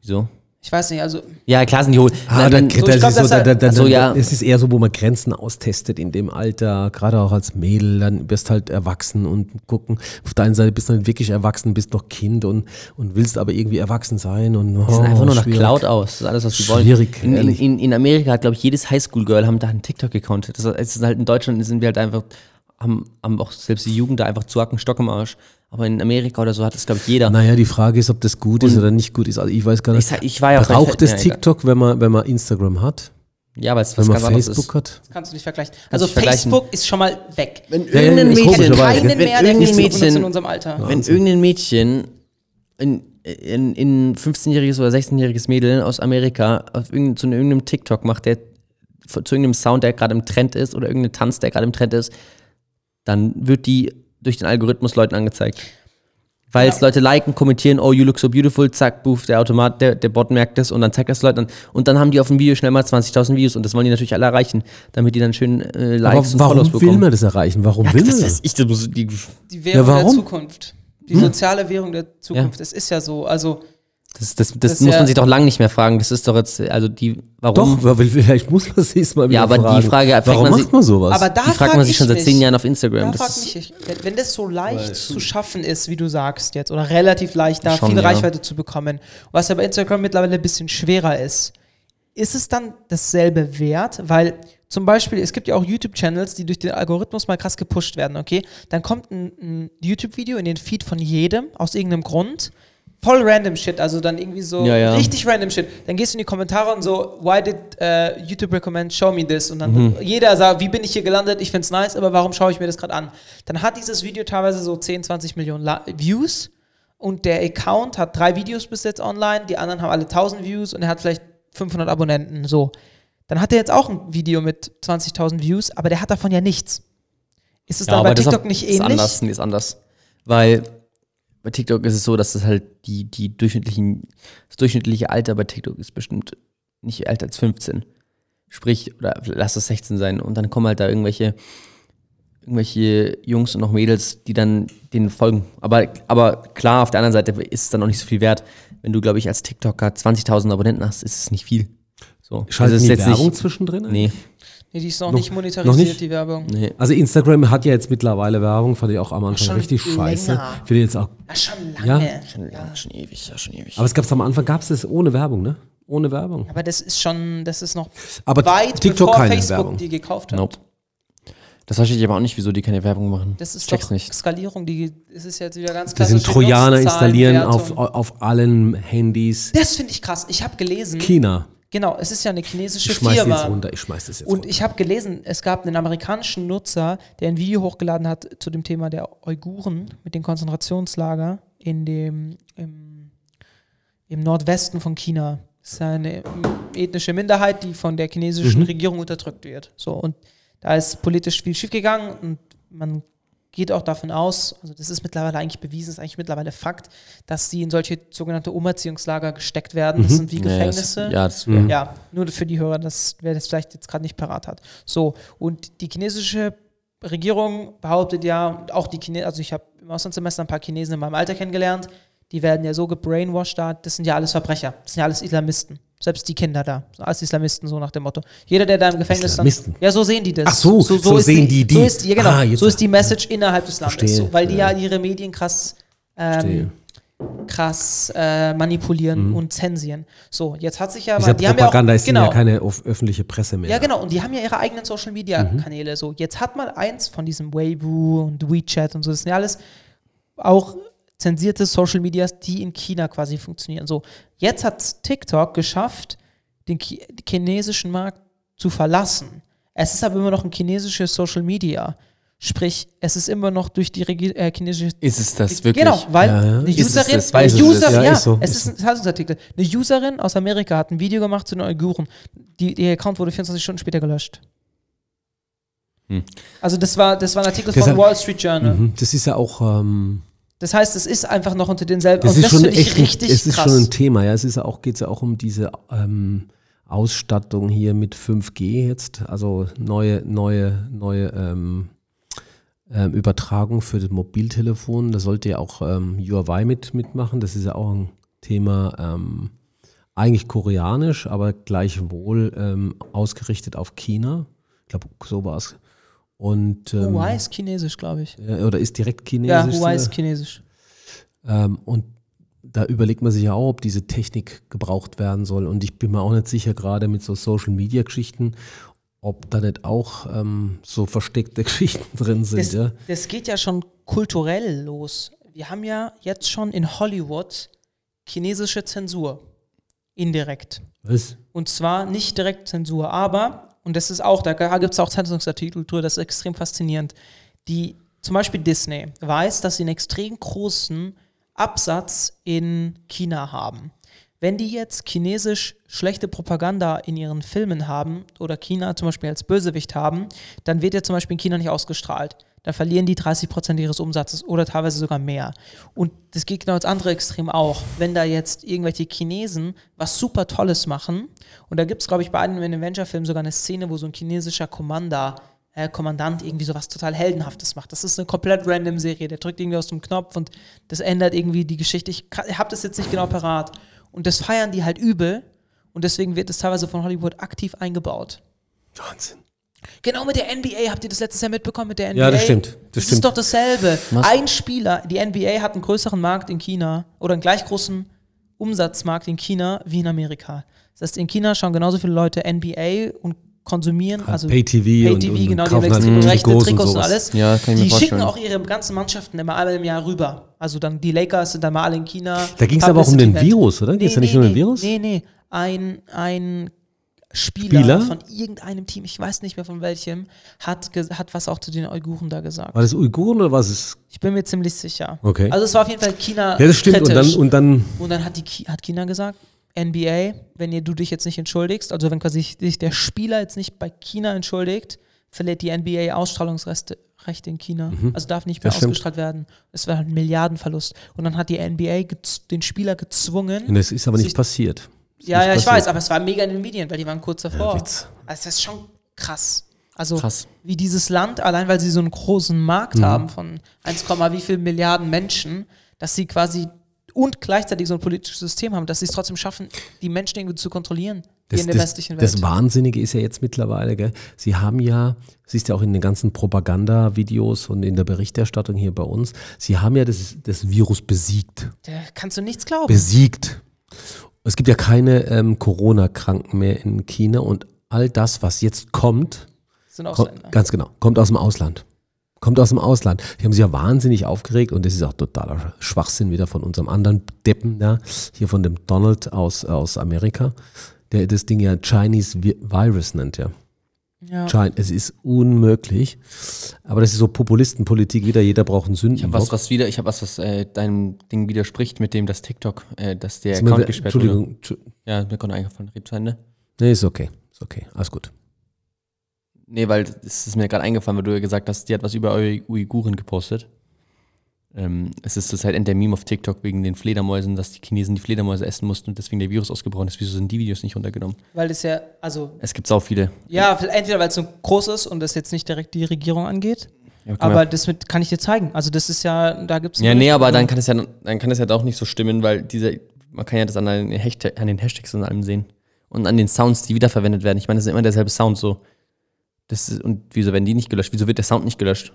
Wieso? Ich weiß nicht, also Ja, klar sind die hohl. Ah, da, Nein, dann- ich das glaub, ist so, dass da, er- da, da, Also, ja. Es ist eher so, wo man Grenzen austestet in dem Alter, gerade auch als Mädel, dann wirst halt erwachsen und gucken. Auf der einen Seite bist du dann wirklich erwachsen, bist noch Kind und, und willst aber irgendwie erwachsen sein und oh, Die sind einfach nur nach schwierig. Cloud aus. Das ist alles, was sie wollen. Schwierig, In, in, ehrlich. in, in Amerika hat, glaube ich, jedes Highschool-Girl haben da einen TikTok-Account. Das ist es ist halt in Deutschland sind wir halt einfach, haben, haben auch selbst die Jugend da einfach zu hacken, Stock im Arsch. Aber in Amerika oder so hat das, glaube ich, jeder. Naja, die Frage ist, ob das gut ist oder nicht gut ist. Also ich weiß gar Ich, nicht. sag- ich war ja Braucht es ja, TikTok, wenn man, wenn man Instagram hat? egal. Ja, weil es Wenn was man ganz anderes ist. Facebook hat? kannst du nicht vergleichen. Also nicht vergleichen. Facebook ist schon mal weg. Wenn ja, irgendein ja, ist Mädchen- Ich kenne komischerweise. keinen wenn mehr, der irgendein Instagram benutzt in Mädchen, unserem Alter. wenn irgendein Mädchen in, in, in 15-jähriges oder 16-jähriges Mädel aus Amerika auf irgendein, zu irgendeinem TikTok macht, der zu irgendeinem Sound, der gerade im Trend ist oder irgendeinem Tanz, der gerade im Trend ist, dann wird die durch den Algorithmus Leuten angezeigt. Weil es Ja. Leute liken, kommentieren, oh, you look so beautiful, zack, boof, der Automat, der, der Bot merkt das und dann zeigt das Leuten an. Und dann haben die auf dem Video schnell mal 20.000 Views und das wollen die natürlich alle erreichen, damit die dann schön äh, Aber Likes und Follows warum will bekommen. man das erreichen? Warum will man das das? weiß ich, das muss, die, Die Währung Ja, der warum? Zukunft. Die Hm. soziale Währung der Zukunft. Es ist ja so. Also, Das, das, das, Das ist muss ja- man sich doch lang nicht mehr fragen. Das ist doch jetzt, also die, warum? Doch, weil vielleicht muss man es mal wieder aber die fragen. Frage, fragt warum man macht sich- man sowas? aber da die fragt frag man sich ich schon seit mich. zehn Jahren auf Da Instagram. frag Das ist, mich, ich, wenn- wenn das so leicht zu schaffen ist, wie du sagst jetzt, oder relativ leicht, da Schon, viel ja. Reichweite zu bekommen, was ja bei Instagram mittlerweile ein bisschen schwerer ist, ist es dann dasselbe wert? Weil zum Beispiel, es gibt ja auch YouTube-Channels, die durch den Algorithmus mal krass gepusht werden, okay? Dann kommt ein, ein YouTube-Video in den Feed von jedem aus irgendeinem Grund. Voll random Shit, also dann irgendwie so Ja, ja. richtig random Shit. Dann gehst du in die Kommentare und so, why did äh, YouTube recommend show me this? Und dann Mhm. jeder sagt, wie bin ich hier gelandet? Ich find's nice, aber warum schaue ich mir das gerade an? Dann hat dieses Video teilweise so 10, 20 Millionen La Views und der Account hat drei Videos bis jetzt online, die anderen haben alle 1000 Views und er hat vielleicht 500 Abonnenten, so. Dann hat er jetzt auch ein Video mit 20.000 Views, aber der hat davon ja nichts. Ist es dann bei das TikTok auf- nicht ist ähnlich? anders, nee, ist anders. Weil bei TikTok ist es so, dass das halt die, die durchschnittlichen, das durchschnittliche Alter bei TikTok ist bestimmt nicht älter als 15. Sprich, oder lass es 16 sein. Und dann kommen halt da irgendwelche, irgendwelche Jungs und noch Mädels, die dann denen folgen. Aber, aber klar, auf der anderen Seite ist es dann auch nicht so viel wert. Wenn du, glaube ich, als TikToker 20.000 Abonnenten hast, ist es nicht viel. So. Schalten Also es die ist Werbung zwischendrin? ein? Nee, Nee, die ist noch, Noch- nicht noch monetarisiert, nicht? die Werbung. nee. Also Instagram hat ja jetzt mittlerweile Werbung, fand ich auch am Anfang Schon richtig länger. scheiße. Finde ich jetzt auch. Ja, schon Ja. lange. Schon, schon ewig, ja, schon ewig. Aber es gab es am Anfang, gab es das ohne Werbung, ne? Ohne Werbung. Aber das ist schon, das ist noch Aber weit TikTok bevor keine Facebook Werbung. die gekauft hat. Nope. Das verstehe ich aber auch nicht, wieso die keine Werbung machen. Das ist Check's doch nicht. Skalierung, die es ist jetzt wieder ganz Das klassisch. sind Trojaner installieren auf, Nutzerzahlenwertung. auf allen Handys. Das finde ich krass. Ich habe gelesen, China. genau, es ist ja eine chinesische Ich schmeiß Firma. jetzt runter, ich schmeiß das jetzt Und runter. ich habe gelesen, es gab einen amerikanischen Nutzer, der ein Video hochgeladen hat zu dem Thema der Uiguren mit den Konzentrationslager in dem, im, im Nordwesten von China. Das ist eine ethnische Minderheit, die von der Mhm. chinesischen Regierung unterdrückt wird. So, und da ist politisch viel schiefgegangen und man geht auch davon aus, also das ist mittlerweile eigentlich bewiesen, ist eigentlich mittlerweile Fakt, dass sie in solche sogenannte Umerziehungslager gesteckt werden. Das sind wie Gefängnisse. Mhm. Ja, das, ja, das Mhm. Ja, nur für die Hörer, dass wer das vielleicht jetzt gerade nicht parat hat. So, und die chinesische Regierung behauptet ja, und auch die Chinesen, also ich habe im Auslandssemester ein paar Chinesen in meinem Alter kennengelernt, die werden ja so gebrainwashed da, das sind ja alles Verbrecher, das sind ja alles Islamisten. Selbst die Kinder da, sind alles Islamisten, so nach dem Motto. Jeder, der da im Gefängnis dann. Islamisten? Ja, so sehen die das. Ach so, so ist sehen die die. So ist, ja, genau, Ah, jetzt- so ist die Message innerhalb des Landes, Verstehe, so, weil die ja, ja. ihre Medien krass. Verstehe. Ähm, krass äh, manipulieren und zensieren. So, jetzt hat sich ja Diese aber, die haben ja auch, Mhm. Propaganda ist genau, ja keine off- öffentliche Presse mehr. ja, genau. Und die haben ja ihre eigenen Social Media Kanäle. So, jetzt hat man eins von diesem Weibo und WeChat und so. Das sind ja alles auch zensierte Social Medias, die in China quasi funktionieren. So, jetzt hat TikTok geschafft, den Chi chinesischen Markt zu verlassen. Es ist aber immer noch ein chinesisches Social Media. Sprich, es ist immer noch durch die Regi äh, chinesische Ist es das wirklich? Genau, weil Ja, ja. eine Ist es Userin, das? Weiß eine es User, das? ja, Ja, ist so, es ist ist ein Zeitungsartikel. Eine Userin aus Amerika hat ein Video gemacht zu den Uiguren. Die, ihr Account wurde 24 Stunden später gelöscht. Hm. Also das war, das war ein Artikel Deshalb- von Wall Street Journal. Mhm. Das ist ja auch, ähm, Das heißt, es ist einfach noch unter denselben. das und ist schon finde ich echt, richtig es ist krass. schon ein Thema. Ja, es ist ja auch, geht ja auch um diese ähm, Ausstattung hier mit 5G jetzt, also neue, neue, neue ähm, ähm, Übertragung für das Mobiltelefon. Da sollte ja auch ähm, Huawei mit mitmachen. Das ist ja auch ein Thema. Ähm, eigentlich koreanisch, aber gleichwohl ähm, ausgerichtet auf China. Ich glaube, so war es. Und ähm, Huawei ist chinesisch, glaube ich. Ja, oder ist direkt Ja, chinesisch. äh, Huawei ist sogar. chinesisch. ähm, und da überlegt man sich ja auch, ob diese Technik gebraucht werden soll. Und ich bin mir auch nicht sicher, gerade mit so Social-Media-Geschichten, ob da nicht auch ähm, so versteckte <laughs> Geschichten drin sind. Das, ja? das geht ja schon kulturell los. Wir haben ja jetzt schon in Hollywood chinesische Zensur. Indirekt. Was? Und zwar nicht direkt Zensur, aber, und das ist auch, da gibt es auch Zeitungsartikel drüber, das ist extrem faszinierend. Die, zum Beispiel Disney, weiß, dass sie einen extrem großen Absatz in China haben. Wenn die jetzt chinesisch schlechte Propaganda in ihren Filmen haben oder China zum Beispiel als Bösewicht haben, dann wird ja zum Beispiel in China nicht ausgestrahlt. Da verlieren die 30 Prozent ihres Umsatzes oder teilweise sogar mehr. Und das geht genau ins andere Extrem auch. Wenn da jetzt irgendwelche Chinesen was super Tolles machen, und da gibt es, glaube ich, bei einem Adventure-Film sogar eine Szene, wo so ein chinesischer Commander, äh, Kommandant irgendwie sowas total Heldenhaftes macht. Das ist eine komplett random Serie. Der drückt irgendwie aus dem Knopf und das ändert irgendwie die Geschichte. Ich ka- hab das jetzt nicht genau parat. Und das feiern die halt übel. Und deswegen wird das teilweise von Hollywood aktiv eingebaut. Wahnsinn. Genau mit der NBA habt ihr das letztes Jahr mitbekommen mit der NBA. Ja, das stimmt, das Das, ist stimmt. doch dasselbe. Ein Spieler, die NBA hat einen größeren Markt in China oder einen gleich großen Umsatzmarkt in China wie in Amerika. Das heißt, in China schauen genauso viele Leute NBA und konsumieren, Also also Pay-TV und, Pay-TV, und genau, die haben kaufen halt extra die Rechte, Trikots Trikots und und, sowas. alles. Ja, kann ich die mir schicken vorstellen. auch ihre ganzen Mannschaften immer alle im Jahr rüber. Also dann die Lakers sind dann mal alle in China. Da ging's aber auch um den Publicity-Event. Virus, oder? Geht's da nicht nur um den Virus? Nee, nee. Ein, ein Spieler, Spieler? von irgendeinem Team, ich weiß nicht mehr von welchem, hat, ge- hat was auch zu den Uiguren da gesagt. War das Uiguren oder was ist? Ich bin mir ziemlich sicher. Okay. Also es war auf jeden Fall China. Ja, das stimmt. Und dann, kritisch. und dann Und dann hat, die, Ki- hat China gesagt, NBA, wenn ihr, du dich jetzt nicht entschuldigst, also wenn quasi sich der Spieler jetzt nicht bei China entschuldigt, verliert die NBA Ausstrahlungsrechte Rechte in China. Also darf nicht Mhm. mehr Das stimmt. ausgestrahlt werden. Es war halt ein Milliardenverlust. Und dann hat die NBA gez- den Spieler gezwungen. Und das ist aber nicht Sich- passiert. Ist ja, nicht ja, ich passiert. weiß, aber es war mega in den Medien, weil die waren kurz davor. Witz. also das ist schon krass. Also Krass. wie dieses Land, allein weil sie so einen großen Markt Mhm. haben von 1, wie viel Milliarden Menschen, dass sie quasi und gleichzeitig so ein politisches System haben, dass sie es trotzdem schaffen, die Menschen irgendwie zu kontrollieren, die Das, in der das, westlichen Welt. das Wahnsinnige ist ja jetzt mittlerweile, gell? sie haben ja, siehst ja auch in den ganzen Propagandavideos und in der Berichterstattung hier bei uns, sie haben ja das, das Virus besiegt. da kannst du nichts glauben. Besiegt. Es gibt ja keine ähm, Corona-Kranken mehr in China und all das, was jetzt kommt, Das sind Ko- Ausländer. Ganz genau. Kommt aus dem Ausland. Kommt aus dem Ausland. Die haben sich ja wahnsinnig aufgeregt und das ist auch totaler Schwachsinn wieder von unserem anderen Deppen da, hier von dem Donald aus, aus Amerika, der das Ding ja Chinese Vi- Virus nennt, ja. Ja. China, es ist unmöglich. Aber das ist so Populistenpolitik wieder, jeder braucht einen Ich habe was, Sündenbock. was wieder, ich habe was, was äh, deinem Ding widerspricht, mit dem das TikTok, äh, dass der Ist mir- Account gesperrt wurde. Entschuldigung, Entschu- Ja, mir konnte eingefallen, Red zu Ende. nee, ist okay. Ist okay. Alles gut. Nee, weil es ist mir gerade eingefallen, weil du ja gesagt hast, die hat was über Eu- Uiguren gepostet. Ähm, es ist zurzeit end der Meme auf TikTok wegen den Fledermäusen, dass die Chinesen die Fledermäuse essen mussten und deswegen der Virus ausgebrochen ist. Wieso sind die Videos nicht runtergenommen? Weil es ja, also, Es gibt sau viele. ja, entweder weil es so groß ist und das jetzt nicht direkt die Regierung angeht, aber das mit, kann ich dir zeigen. Also das ist ja, da gibt es... ja, nee, aber dann kann es ja dann kann es halt auch nicht so stimmen, weil diese man kann ja das an den, Hashtag, an den Hashtags und allem sehen und an den Sounds, die wiederverwendet werden. Ich meine, das ist immer derselbe Sound so. Das ist, und wieso werden die nicht gelöscht? Wieso wird der Sound nicht gelöscht?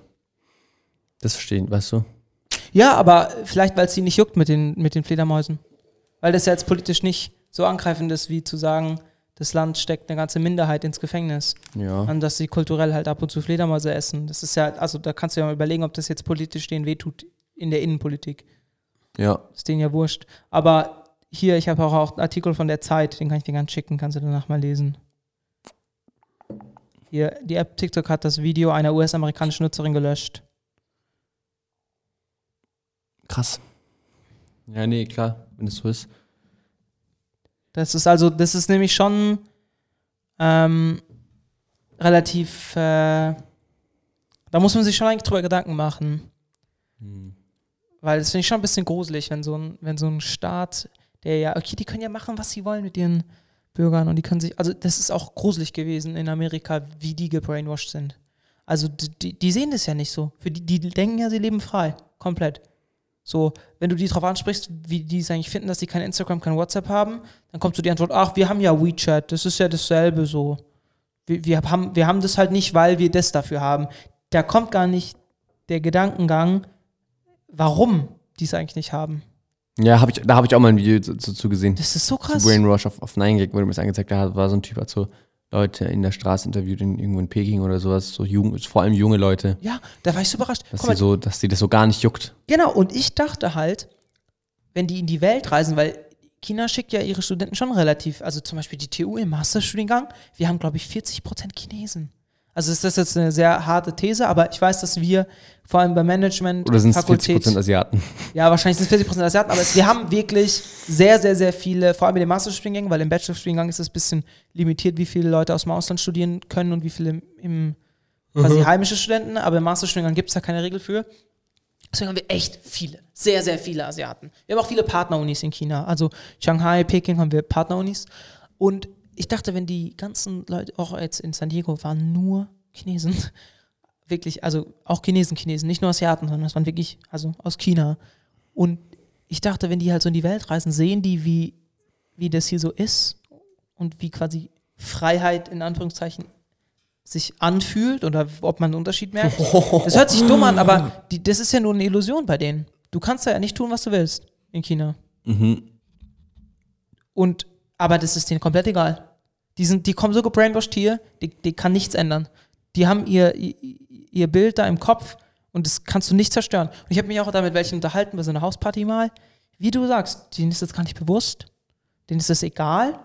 Das verstehen, weißt du? Ja, aber vielleicht, weil es sie nicht juckt mit den, mit den Fledermäusen. Weil das ja jetzt politisch nicht so angreifend ist, wie zu sagen, das Land steckt eine ganze Minderheit ins Gefängnis. Ja. Und dass sie kulturell halt ab und zu Fledermäuse essen. Das ist ja, also da kannst du ja mal überlegen, ob das jetzt politisch denen wehtut in der Innenpolitik. Ja. Ist denen ja wurscht. Aber hier, ich habe auch, auch einen Artikel von der Zeit, den kann ich dir ganz schicken, kannst du danach mal lesen. Hier, die App TikTok hat das Video einer US-amerikanischen Nutzerin gelöscht. Krass. Ja, nee, klar, wenn es so ist. Das ist also, das ist nämlich schon ähm, relativ, äh, da muss man sich schon eigentlich drüber Gedanken machen. Weil das finde ich schon ein bisschen gruselig, wenn so ein, wenn so ein Staat, der ja, okay, die können ja machen, was sie wollen mit ihren Bürgern und die können sich, also das ist auch gruselig gewesen in Amerika, wie die gebrainwashed sind. Also die, die, die sehen das ja nicht so. Für die, die denken ja, sie leben frei, komplett. So, wenn du die drauf ansprichst, wie die es eigentlich finden, dass die kein Instagram, kein WhatsApp haben, dann kommt so die Antwort, ach, wir haben ja WeChat, das ist ja dasselbe so. Wir, wir, haben, wir haben das halt nicht, weil wir das dafür haben. Da kommt gar nicht der Gedankengang, warum die es eigentlich haben. Ja, hab ich, da habe ich auch mal ein Video dazu zu gesehen. Das ist so krass. Zu Brainwash auf, auf 9 Gag wurde mir das angezeigt, da war so ein Typ, hat so Leute in der Straße interviewt, in, irgendwo in Peking oder sowas, so jung, vor allem junge Leute, Ja, da war ich so überrascht. dass Guck mal, die so, dass die das so gar nicht juckt. Genau, und ich dachte halt, wenn die in die Welt reisen, weil China schickt ja ihre Studenten schon relativ, also zum Beispiel die TU im Masterstudiengang, wir haben, glaube ich, 40 Prozent Chinesen. Also ist das jetzt eine sehr harte These, aber ich weiß, dass wir vor allem beim Management, Oder sind es 40 Fakultät, Prozent Asiaten? ja, wahrscheinlich sind es 40 Prozent Asiaten, aber es, wir haben wirklich sehr, sehr, sehr viele, vor allem in den Masterstudiengängen, weil im Bachelorstudiengang ist es ein bisschen limitiert, wie viele Leute aus dem Ausland studieren können und wie viele im, im quasi heimische Studenten, aber im Masterstudiengang gibt es da keine Regel für. Deswegen haben wir echt viele, sehr, sehr viele Asiaten. Wir haben auch viele Partnerunis in China. Also Shanghai, Peking haben wir Partnerunis. Und ich dachte, wenn die ganzen Leute, auch jetzt in San Diego, waren nur Chinesen. <laughs> Wirklich, also auch Chinesen, Chinesen, nicht nur Asiaten, sondern das waren wirklich, also aus China. Und ich dachte, wenn die halt so in die Welt reisen, sehen die, wie, wie das hier so ist und wie quasi Freiheit in Anführungszeichen sich anfühlt oder ob man einen Unterschied merkt. Das hört sich dumm an, aber die, das ist ja nur eine Illusion bei Mhm. denen. Du kannst da ja nicht tun, was du willst in China. Und aber das ist denen komplett egal. Die, sind, die kommen so gebrainwashed hier, die, die kann nichts ändern. Die haben ihr, ihr, ihr Bild da im Kopf und das kannst du nicht zerstören. Und ich habe mich auch damit welchen unterhalten bei so einer Hausparty mal. Wie du sagst, denen ist das gar nicht bewusst, denen ist das egal.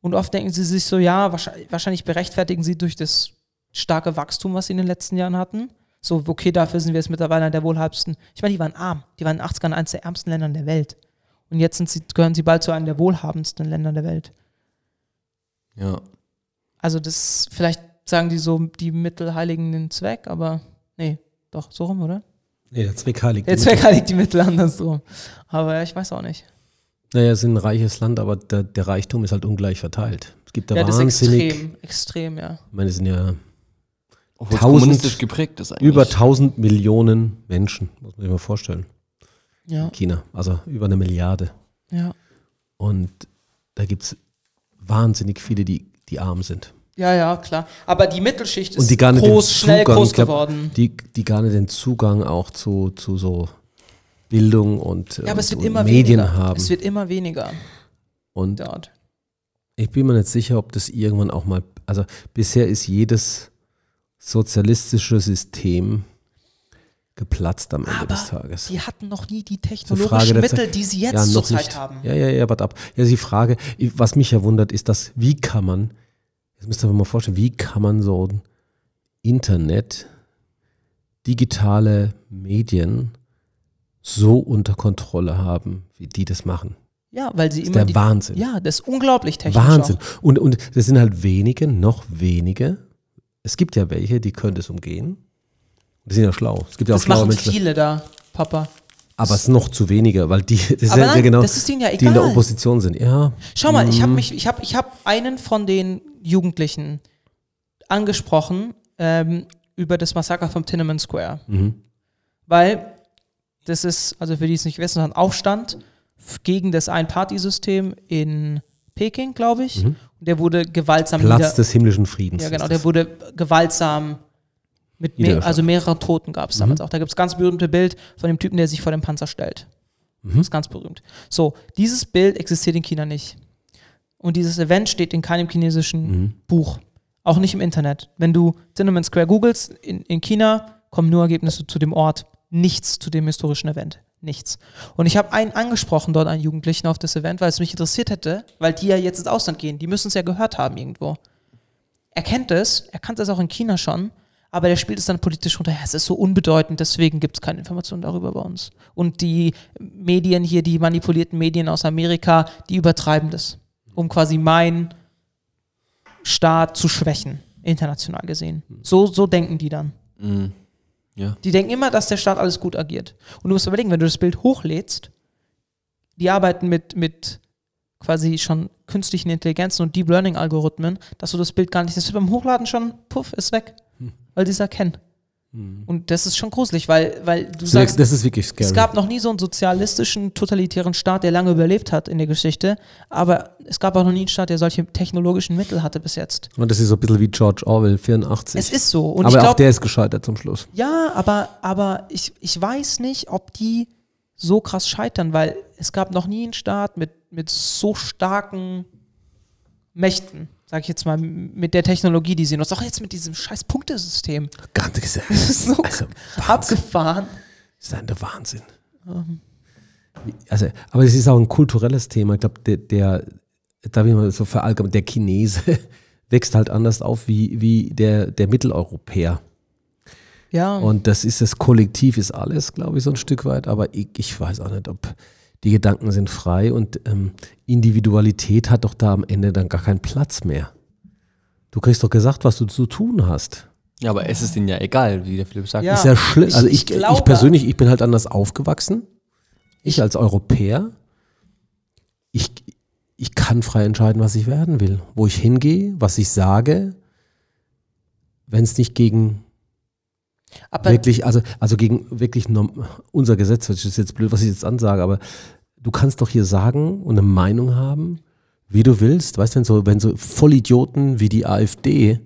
Und oft denken sie sich so, ja, wahrscheinlich, wahrscheinlich berechtfertigen sie durch das starke Wachstum, was sie in den letzten Jahren hatten. So, okay, dafür sind wir jetzt mittlerweile einer der wohlhabsten. Ich meine, die waren arm. Die waren in den 80ern eines der ärmsten Länder der Welt. Und jetzt sind sie, gehören sie bald zu einem der wohlhabendsten Länder der Welt. Ja. Also das, vielleicht sagen die so, die Mittel heiligen den Zweck, aber nee, doch, so rum, oder? Nee, der Zweck heiligt. Der die Zweck Mittel. heiligt die Mittel andersrum. Aber ja, ich weiß auch nicht. Naja, es ist ein reiches Land, aber der, der Reichtum ist halt ungleich verteilt. Es gibt da Ja, das ist wahnsinnig, extrem, extrem, ja. ich meine, es sind ja Obwohl Tausend- es kommunistisch geprägt ist eigentlich. über 1000 Millionen Menschen, muss man sich mal vorstellen. Ja, China, also über eine Milliarde. ja. Und da gibt es wahnsinnig viele, die, die arm sind. Ja, ja, klar. Aber die Mittelschicht Und ist die gar nicht groß, den schnell Zugang, groß ich glaub, geworden. Die, die gar nicht den Zugang auch zu, zu so Bildung und, Ja, aber es und, wird und immer Medien weniger. haben. Es wird immer weniger und dort. Ich bin mir nicht sicher, ob das irgendwann auch mal. Also bisher ist jedes sozialistische System geplatzt am Ende des Tages. Die hatten noch nie die Eine technologischen der Mittel, Zeit. die sie jetzt Ja, noch zurzeit nicht. haben. Ja, ja, ja, wart ab. Ja, die Frage, ich- was mich ja wundert, ist, dass wie kann man, jetzt müsst ihr euch mal vorstellen, wie kann man so ein Internet, digitale Medien so unter Kontrolle haben, wie die das machen? Ja, weil sie Das ist der immer die, Wahnsinn. Ja, das ist unglaublich technisch. Wahnsinn. Auch. Und, und das sind halt wenige, noch wenige. Es gibt ja welche, die können das umgehen. Die sind ja schlau. Es gibt ja auch Das schlaue machen Menschen. viele da, Papa. Aber es sind noch zu wenige, weil die, das Aber sind ja nein, genau, das ist denen ja die in der Mhm. egal. Opposition sind. Ja, Schau mal, ich habe mich, ich habe, ich habe einen von den Jugendlichen angesprochen ähm, über das Massaker vom Tiananmen Square, mhm. weil das ist, also für die es nicht wissen, ein Aufstand f- gegen das Ein-Party-System in Peking, glaube ich. Und der wurde gewaltsam nieder- Mhm. Platz des himmlischen Friedens. Ja, genau, ist der das. wurde gewaltsam mit mehr, Niedergeschlagen. Mhm. also mehrere Toten gab es damals auch. Da gibt es ganz berühmte Bild von dem Typen, der sich vor dem Panzer stellt. Mhm. Das ist ganz berühmt. So, dieses Bild existiert in China nicht. Und dieses Event steht in keinem chinesischen Mhm. Buch. Auch nicht im Internet. Wenn du Tiananmen Square googelst, in, in China kommen nur Ergebnisse zu dem Ort. Nichts zu dem historischen Event. Nichts. Und ich habe einen angesprochen dort, einen Jugendlichen auf das Event, weil es mich interessiert hätte, weil die ja jetzt ins Ausland gehen. Die müssen es ja gehört haben irgendwo er kennt es, er kannte es auch in China schon, aber der spielt es dann politisch runter. Ja, es ist so unbedeutend, deswegen gibt es keine Informationen darüber bei uns. Und die Medien hier, die manipulierten Medien aus Amerika, die übertreiben das, um quasi meinen Staat zu schwächen, international gesehen. So, so denken die dann. Mhm. ja. Die denken immer, dass der Staat alles gut agiert. Und du musst überlegen, wenn du das Bild hochlädst, die arbeiten mit, mit quasi schon künstlichen Intelligenzen und Deep Learning-Algorithmen, dass du das Bild gar nicht, das wird beim Hochladen schon, puff, ist weg. Hm. Weil die es erkennen. Und das ist schon gruselig, weil, weil du Das ist- sagst, das ist wirklich scary. es gab noch nie so einen sozialistischen, totalitären Staat, der lange überlebt hat in der Geschichte, aber es gab auch noch nie einen Staat, der solche technologischen Mittel hatte bis jetzt. Und das ist so ein bisschen wie George Orwell, 84. Es ist so. Und Aber ich auch glaube, der ist gescheitert zum Schluss. Ja, aber, aber ich, ich weiß nicht, ob die so krass scheitern, weil es gab noch nie einen Staat mit, mit so starken Mächten, sag ich jetzt mal, m- mit der Technologie, die sie nutzt. Auch jetzt mit diesem scheiß Punktesystem. Ganz gesagt. Das ist so Also, abgefahren. Das ist ein der Wahnsinn. Ähm. Wie- Also, aber es ist auch ein kulturelles Thema. Ich glaube, der, der, darf ich mal so verallgemeinern, der Chinese <laughs> wächst halt anders auf wie, wie der, der Mitteleuropäer. Ja, Und das ist das Kollektiv, ist alles, glaube ich, so ein Stück weit. Aber ich, ich weiß auch nicht, ob die Gedanken sind frei und ähm, Individualität hat doch da am Ende dann gar keinen Platz mehr. Du kriegst doch gesagt, was du zu tun hast. ja, aber es ist denen ja egal, wie der Philipp sagt. Ja. Ist ja schlimm. Ich- Also ich ich, ich, glaube- persönlich, ich bin halt anders aufgewachsen. Ich als Europäer, ich, ich kann frei entscheiden, was ich werden will. Wo ich hingehe, was ich sage, wenn es nicht gegen aber wirklich, also, also gegen wirklich norm- unser Gesetz, das ist jetzt blöd, was ich jetzt ansage, aber du kannst doch hier sagen und eine Meinung haben, wie du willst. Weißt du, wenn so, wenn so Vollidioten wie die AfD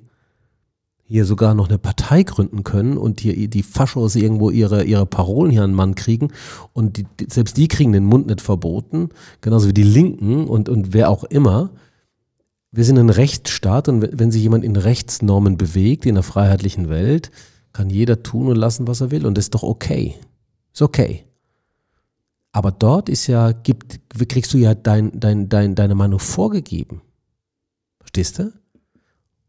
hier sogar noch eine Partei gründen können und hier die Faschos irgendwo ihre, ihre Parolen hier an den Mann kriegen und die, die- selbst die kriegen den Mund nicht verboten, genauso wie die Linken und, und wer auch immer. Wir sind ein Rechtsstaat und we- wenn sich jemand in Rechtsnormen bewegt, in der freiheitlichen Welt, kann jeder tun und lassen, was er will und das ist doch okay. Ist okay. Aber dort ist ja, gibt, kriegst du ja dein, dein, dein, deine Meinung vorgegeben. Verstehst du?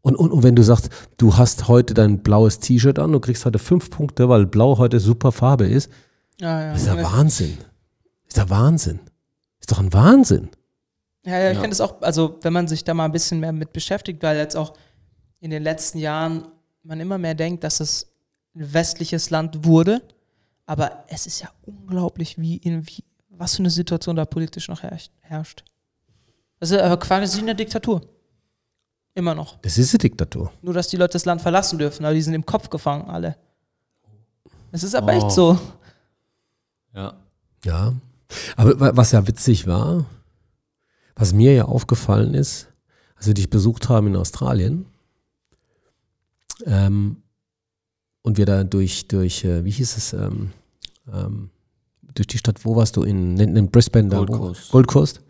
Und, und, und wenn du sagst, du hast heute dein blaues T-Shirt an und kriegst heute fünf Punkte, weil blau heute super Farbe ist, Ja, ja. ist ja Wahnsinn. Ist ja Wahnsinn. Ist doch ein Wahnsinn. Ja, ja, ich Ja. finde es auch, also wenn man sich da mal ein bisschen mehr mit beschäftigt, weil jetzt auch in den letzten Jahren man immer mehr denkt, dass es ein westliches Land wurde, aber es ist ja unglaublich, wie in wie, was für eine Situation da politisch noch herrscht. herrscht. Das ist aber quasi eine Diktatur. Immer noch. Das ist eine Diktatur. Nur, dass die Leute das Land verlassen dürfen, aber die sind im Kopf gefangen, alle. Es ist aber Oh. echt so. Ja. Ja. Aber wa- was ja witzig war, was mir ja aufgefallen ist, als wir dich besucht haben in Australien, ähm, und wir da durch, durch äh, wie hieß es, ähm, ähm, durch die Stadt, wo warst du? In, in, in Brisbane, da, Gold wo- Coast. Gold Coast.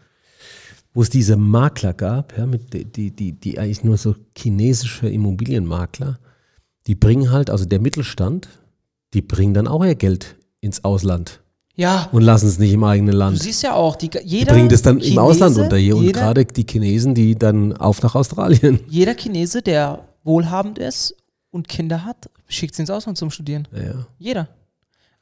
Wo es diese Makler gab, ja, mit, die, die, die, die eigentlich nur so chinesische Immobilienmakler, die bringen halt, also der Mittelstand, die bringen dann auch ihr Geld ins Ausland Ja, und lassen es nicht im eigenen du Land. siehst ja auch, die, Die jeder. bringen das dann im Chinese, Ausland unter hier und jeder- gerade die Chinesen, die dann auf nach Australien. <laughs> jeder Chinese, der wohlhabend ist und Kinder hat, schickt sie ins Ausland zum Studieren. Ja. Jeder.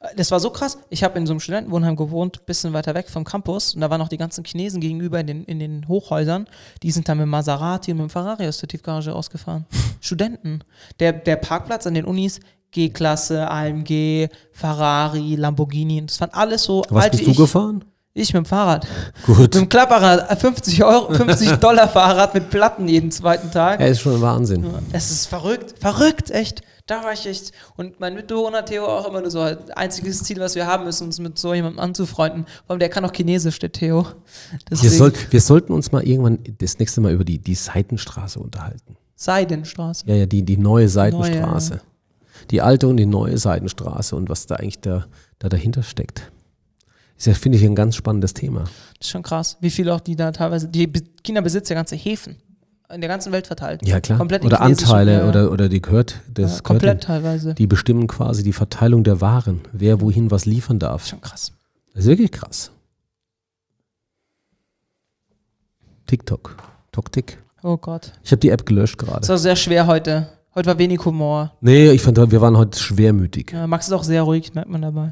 Äh, Das war so krass. Ich habe in so einem Studentenwohnheim gewohnt, bisschen weiter weg vom Campus. Und da waren auch die ganzen Chinesen gegenüber in den, in den Hochhäusern. Die sind dann mit dem Maserati und mit dem Ferrari aus der Tiefgarage <laughs> rausgefahren. Studenten. Der, der Parkplatz an den Unis, G-Klasse, AMG, Ferrari, Lamborghini. Das waren alles so Was alt bist wie du gefahren? ich. Ich mit dem Fahrrad. Mit Gut. dem Klapperrad. 50 Euro, <laughs> 50 Dollar Fahrrad mit Platten jeden zweiten Tag. Er ist schon Wahnsinn. Es ist verrückt, verrückt, echt. Da war ich echt. Und mein Mitbewohner Theo auch immer nur so: einziges Ziel, was wir haben, ist, uns mit so jemandem anzufreunden. Vor allem, der kann auch Chinesisch, der Theo. Wir, Deswegen, soll, wir sollten uns mal irgendwann das nächste Mal über die, die Seitenstraße unterhalten. Seidenstraße. Ja, ja, die, die neue Seitenstraße. Neue. Die alte und die neue Seitenstraße und was da eigentlich da, da dahinter steckt. Ist ja, finde ich, ein ganz spannendes Thema. Das ist schon krass, wie viele auch die da teilweise. Die Be- China besitzt ja ganze Häfen. In der ganzen Welt verteilt. Ja, klar. Komplett in oder chinesischen- Anteile ja, oder, oder die gehört, das ja, gehört Komplett teilweise. Die bestimmen quasi die Verteilung der Waren, wer wohin was liefern darf. Schon krass. Das ist wirklich krass. TikTok. Toktik. Oh Gott. Ich habe die App gelöscht Es gerade. war sehr schwer heute. Heute war wenig Humor. Nee, ich fand, wir waren heute schwermütig. Ja, Max ist auch sehr ruhig, merkt man dabei.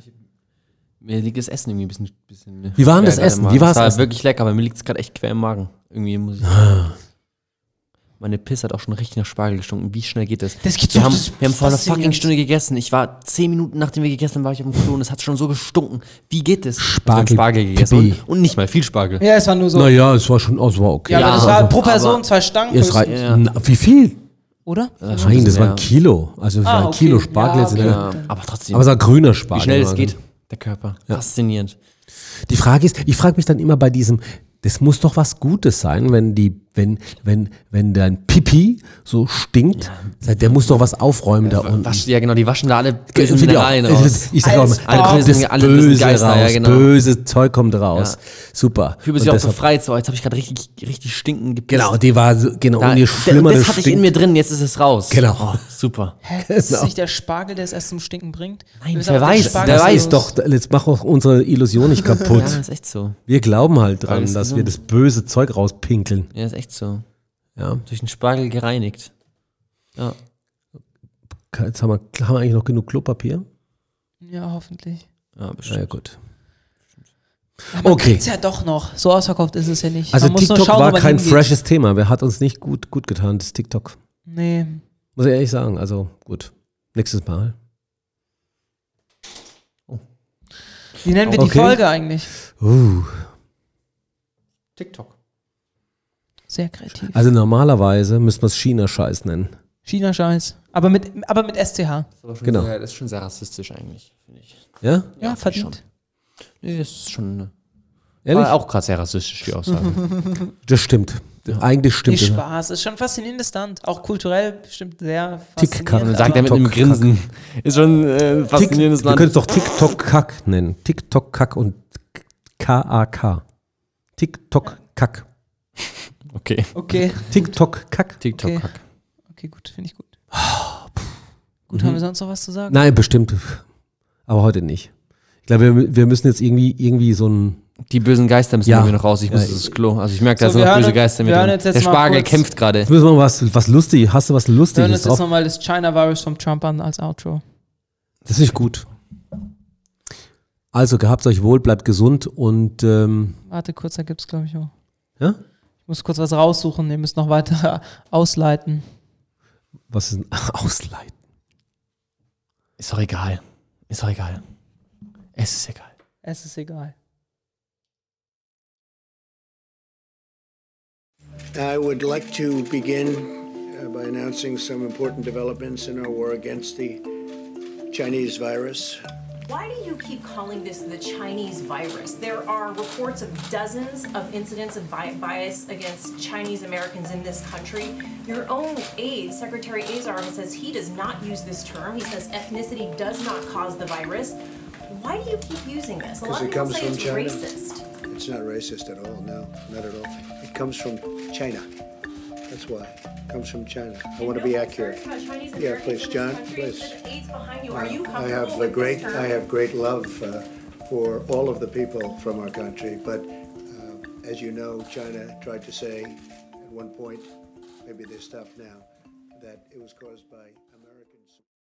Mir liegt das Essen irgendwie ein bisschen. bisschen Wie war denn quer das gerade Essen? im Wie Magen. war Es das Essen? wirklich lecker, aber mir liegt es gerade echt quer im Magen. Irgendwie muss ich. Meine Pisse hat auch schon richtig nach Spargel gestunken. Wie schnell geht das? Das geht wir so- haben, das ist wir haben vor einer fucking faszinierend. Stunde gegessen. Ich war zehn Minuten nachdem wir gegessen haben, war ich auf dem Klo und es hat schon so gestunken. Wie geht das? Spargel- Ich hab Spargel gegessen Pipi. und, und nicht mal viel Spargel. Ja, es war nur so. Naja, es war schon, oh, es war okay. ja, aber das Ja, war Also, pro Person aber- zwei Stangen. es rei- höchstens, Ja. Na, wie viel? Oder? Nein, das war ein Ja. Kilo. Also es Ah, war ein okay. Kilo Spargel. Ja, jetzt in okay. der- Ja, aber trotzdem. Aber es war grüner Spargel. wie schnell es Also. geht, der Körper. Faszinierend. Die Frage ist, ich frage mich dann immer bei diesem, das muss doch was Gutes sein, wenn die, wenn, wenn, wenn dein Pipi so stinkt, der muss doch was aufräumen da unten. Wasch, ja, genau, die waschen da alle Das bösen finde ich auch- Mineralien das- raus. Ich sage auch mal, Alle da kommt bösen- das alle bösen Böse Geister, ja, raus, genau. böses Zeug kommt raus. Super. Ich fühle Und mich auch deshalb- befreit, so jetzt habe ich gerade richtig, richtig stinkend gepisst. Genau, die war so, genau, Da, und je schlimmer das das hatte ich in stinkt. mir Oh. drin, jetzt ist es raus. Genau. Super. Hä? Ist Genau. es nicht der Spargel, der es erst zum Stinken bringt? Nein, Wir sind wer auf den weiß, Spargel Der wer weiß los. doch, jetzt mach auch unsere Illusion <laughs> nicht Ja, ne? kaputt. ist echt so. Wir glauben halt dran, Alles dass wir gesund. das böse Zeug rauspinkeln. Ja, ist echt so. Ja. Durch den Spargel gereinigt. Ja. Jetzt haben wir, haben wir eigentlich noch genug Klopapier? Ja, hoffentlich. Ja, Na bestimmt. ja, gut. Man Okay. kriegt's ja doch noch. So ausverkauft ist es ja nicht. Also man muss TikTok nur schauen, wo war man kein hingeht. freshes Thema. Wer hat uns nicht gut, gut getan, das TikTok. Nee. Muss ich ehrlich sagen. Also gut. Nächstes Mal. Wie nennen wir Okay. die Folge eigentlich? Uh. TikTok. Sehr kreativ. Also normalerweise müsste man es China-Scheiß nennen. China-Scheiß. Aber mit, aber mit SCH. Ja, Das ist, aber schon Genau. sehr, das ist schon sehr rassistisch eigentlich, finde ich. Ja? find ich verdient. schon. Nee, das ist schon. Ehrlich? <laughs> War auch gerade sehr rassistisch, die Aussage. Das stimmt. Eigentlich stimmt Nicht es. Spaß, ist schon faszinierend Stand. Auch kulturell bestimmt sehr Tick-Kack. faszinierend. Sagt er mit einem Grinsen. Ist schon äh, ein Tick, wir faszinierendes können Land. es doch TikTok-Kack nennen. TikTok-Kack und K-A-K. TikTok-Kack. Okay. Okay, TikTok-Kack. TikTok. Okay. okay, gut, finde ich gut. Oh, Gut, Mhm. haben wir sonst noch was zu sagen? Nein, bestimmt. Aber heute nicht. Ich glaube, wir, wir müssen jetzt irgendwie, irgendwie so ein. Die bösen Geister müssen Ja. irgendwie noch raus. Ich muss Ja, ins Klo. Also ich merke, da So, sind wir noch hören böse uns- Geister mit wir hören drin. jetzt jetzt Der mal Spargel kurz- kämpft gerade. Jetzt müssen wir mal was, was lustig. Hast du was Wir hören uns Lustiges jetzt drauf? nochmal das China-Virus vom Trump an als Outro. Das ist nicht gut. Also gehabt euch wohl, bleibt gesund und ähm, Warte kurz, da gibt es, glaube ich, auch. ja? Ich muss kurz was raussuchen, ihr müsst noch weiter <laughs> ausleiten. was <laughs> ist ein Ausleiten? Ist doch egal. Ist doch egal. Es ist egal. Es ist egal. I would like to begin uh, by announcing some important developments in our war against the Chinese virus. Why do you keep calling this the Chinese virus? There are reports of dozens of incidents of bi- bias against Chinese Americans in this country. Your own aide, Secretary Azar, says he does not use this term. He says ethnicity does not cause the virus. Why do you keep using this? A lot Because of it people comes say from it's China. racist. It's not racist at all, no, not at all. It comes from China. That's why. It comes from China. I want to be accurate. Yeah, please, John, please. Uh, Are you I have comfortable a with great, this term? I have great love uh, for all of the people from our country, but uh, as you know, China tried to say at one point, maybe they stopped now, that it was caused by.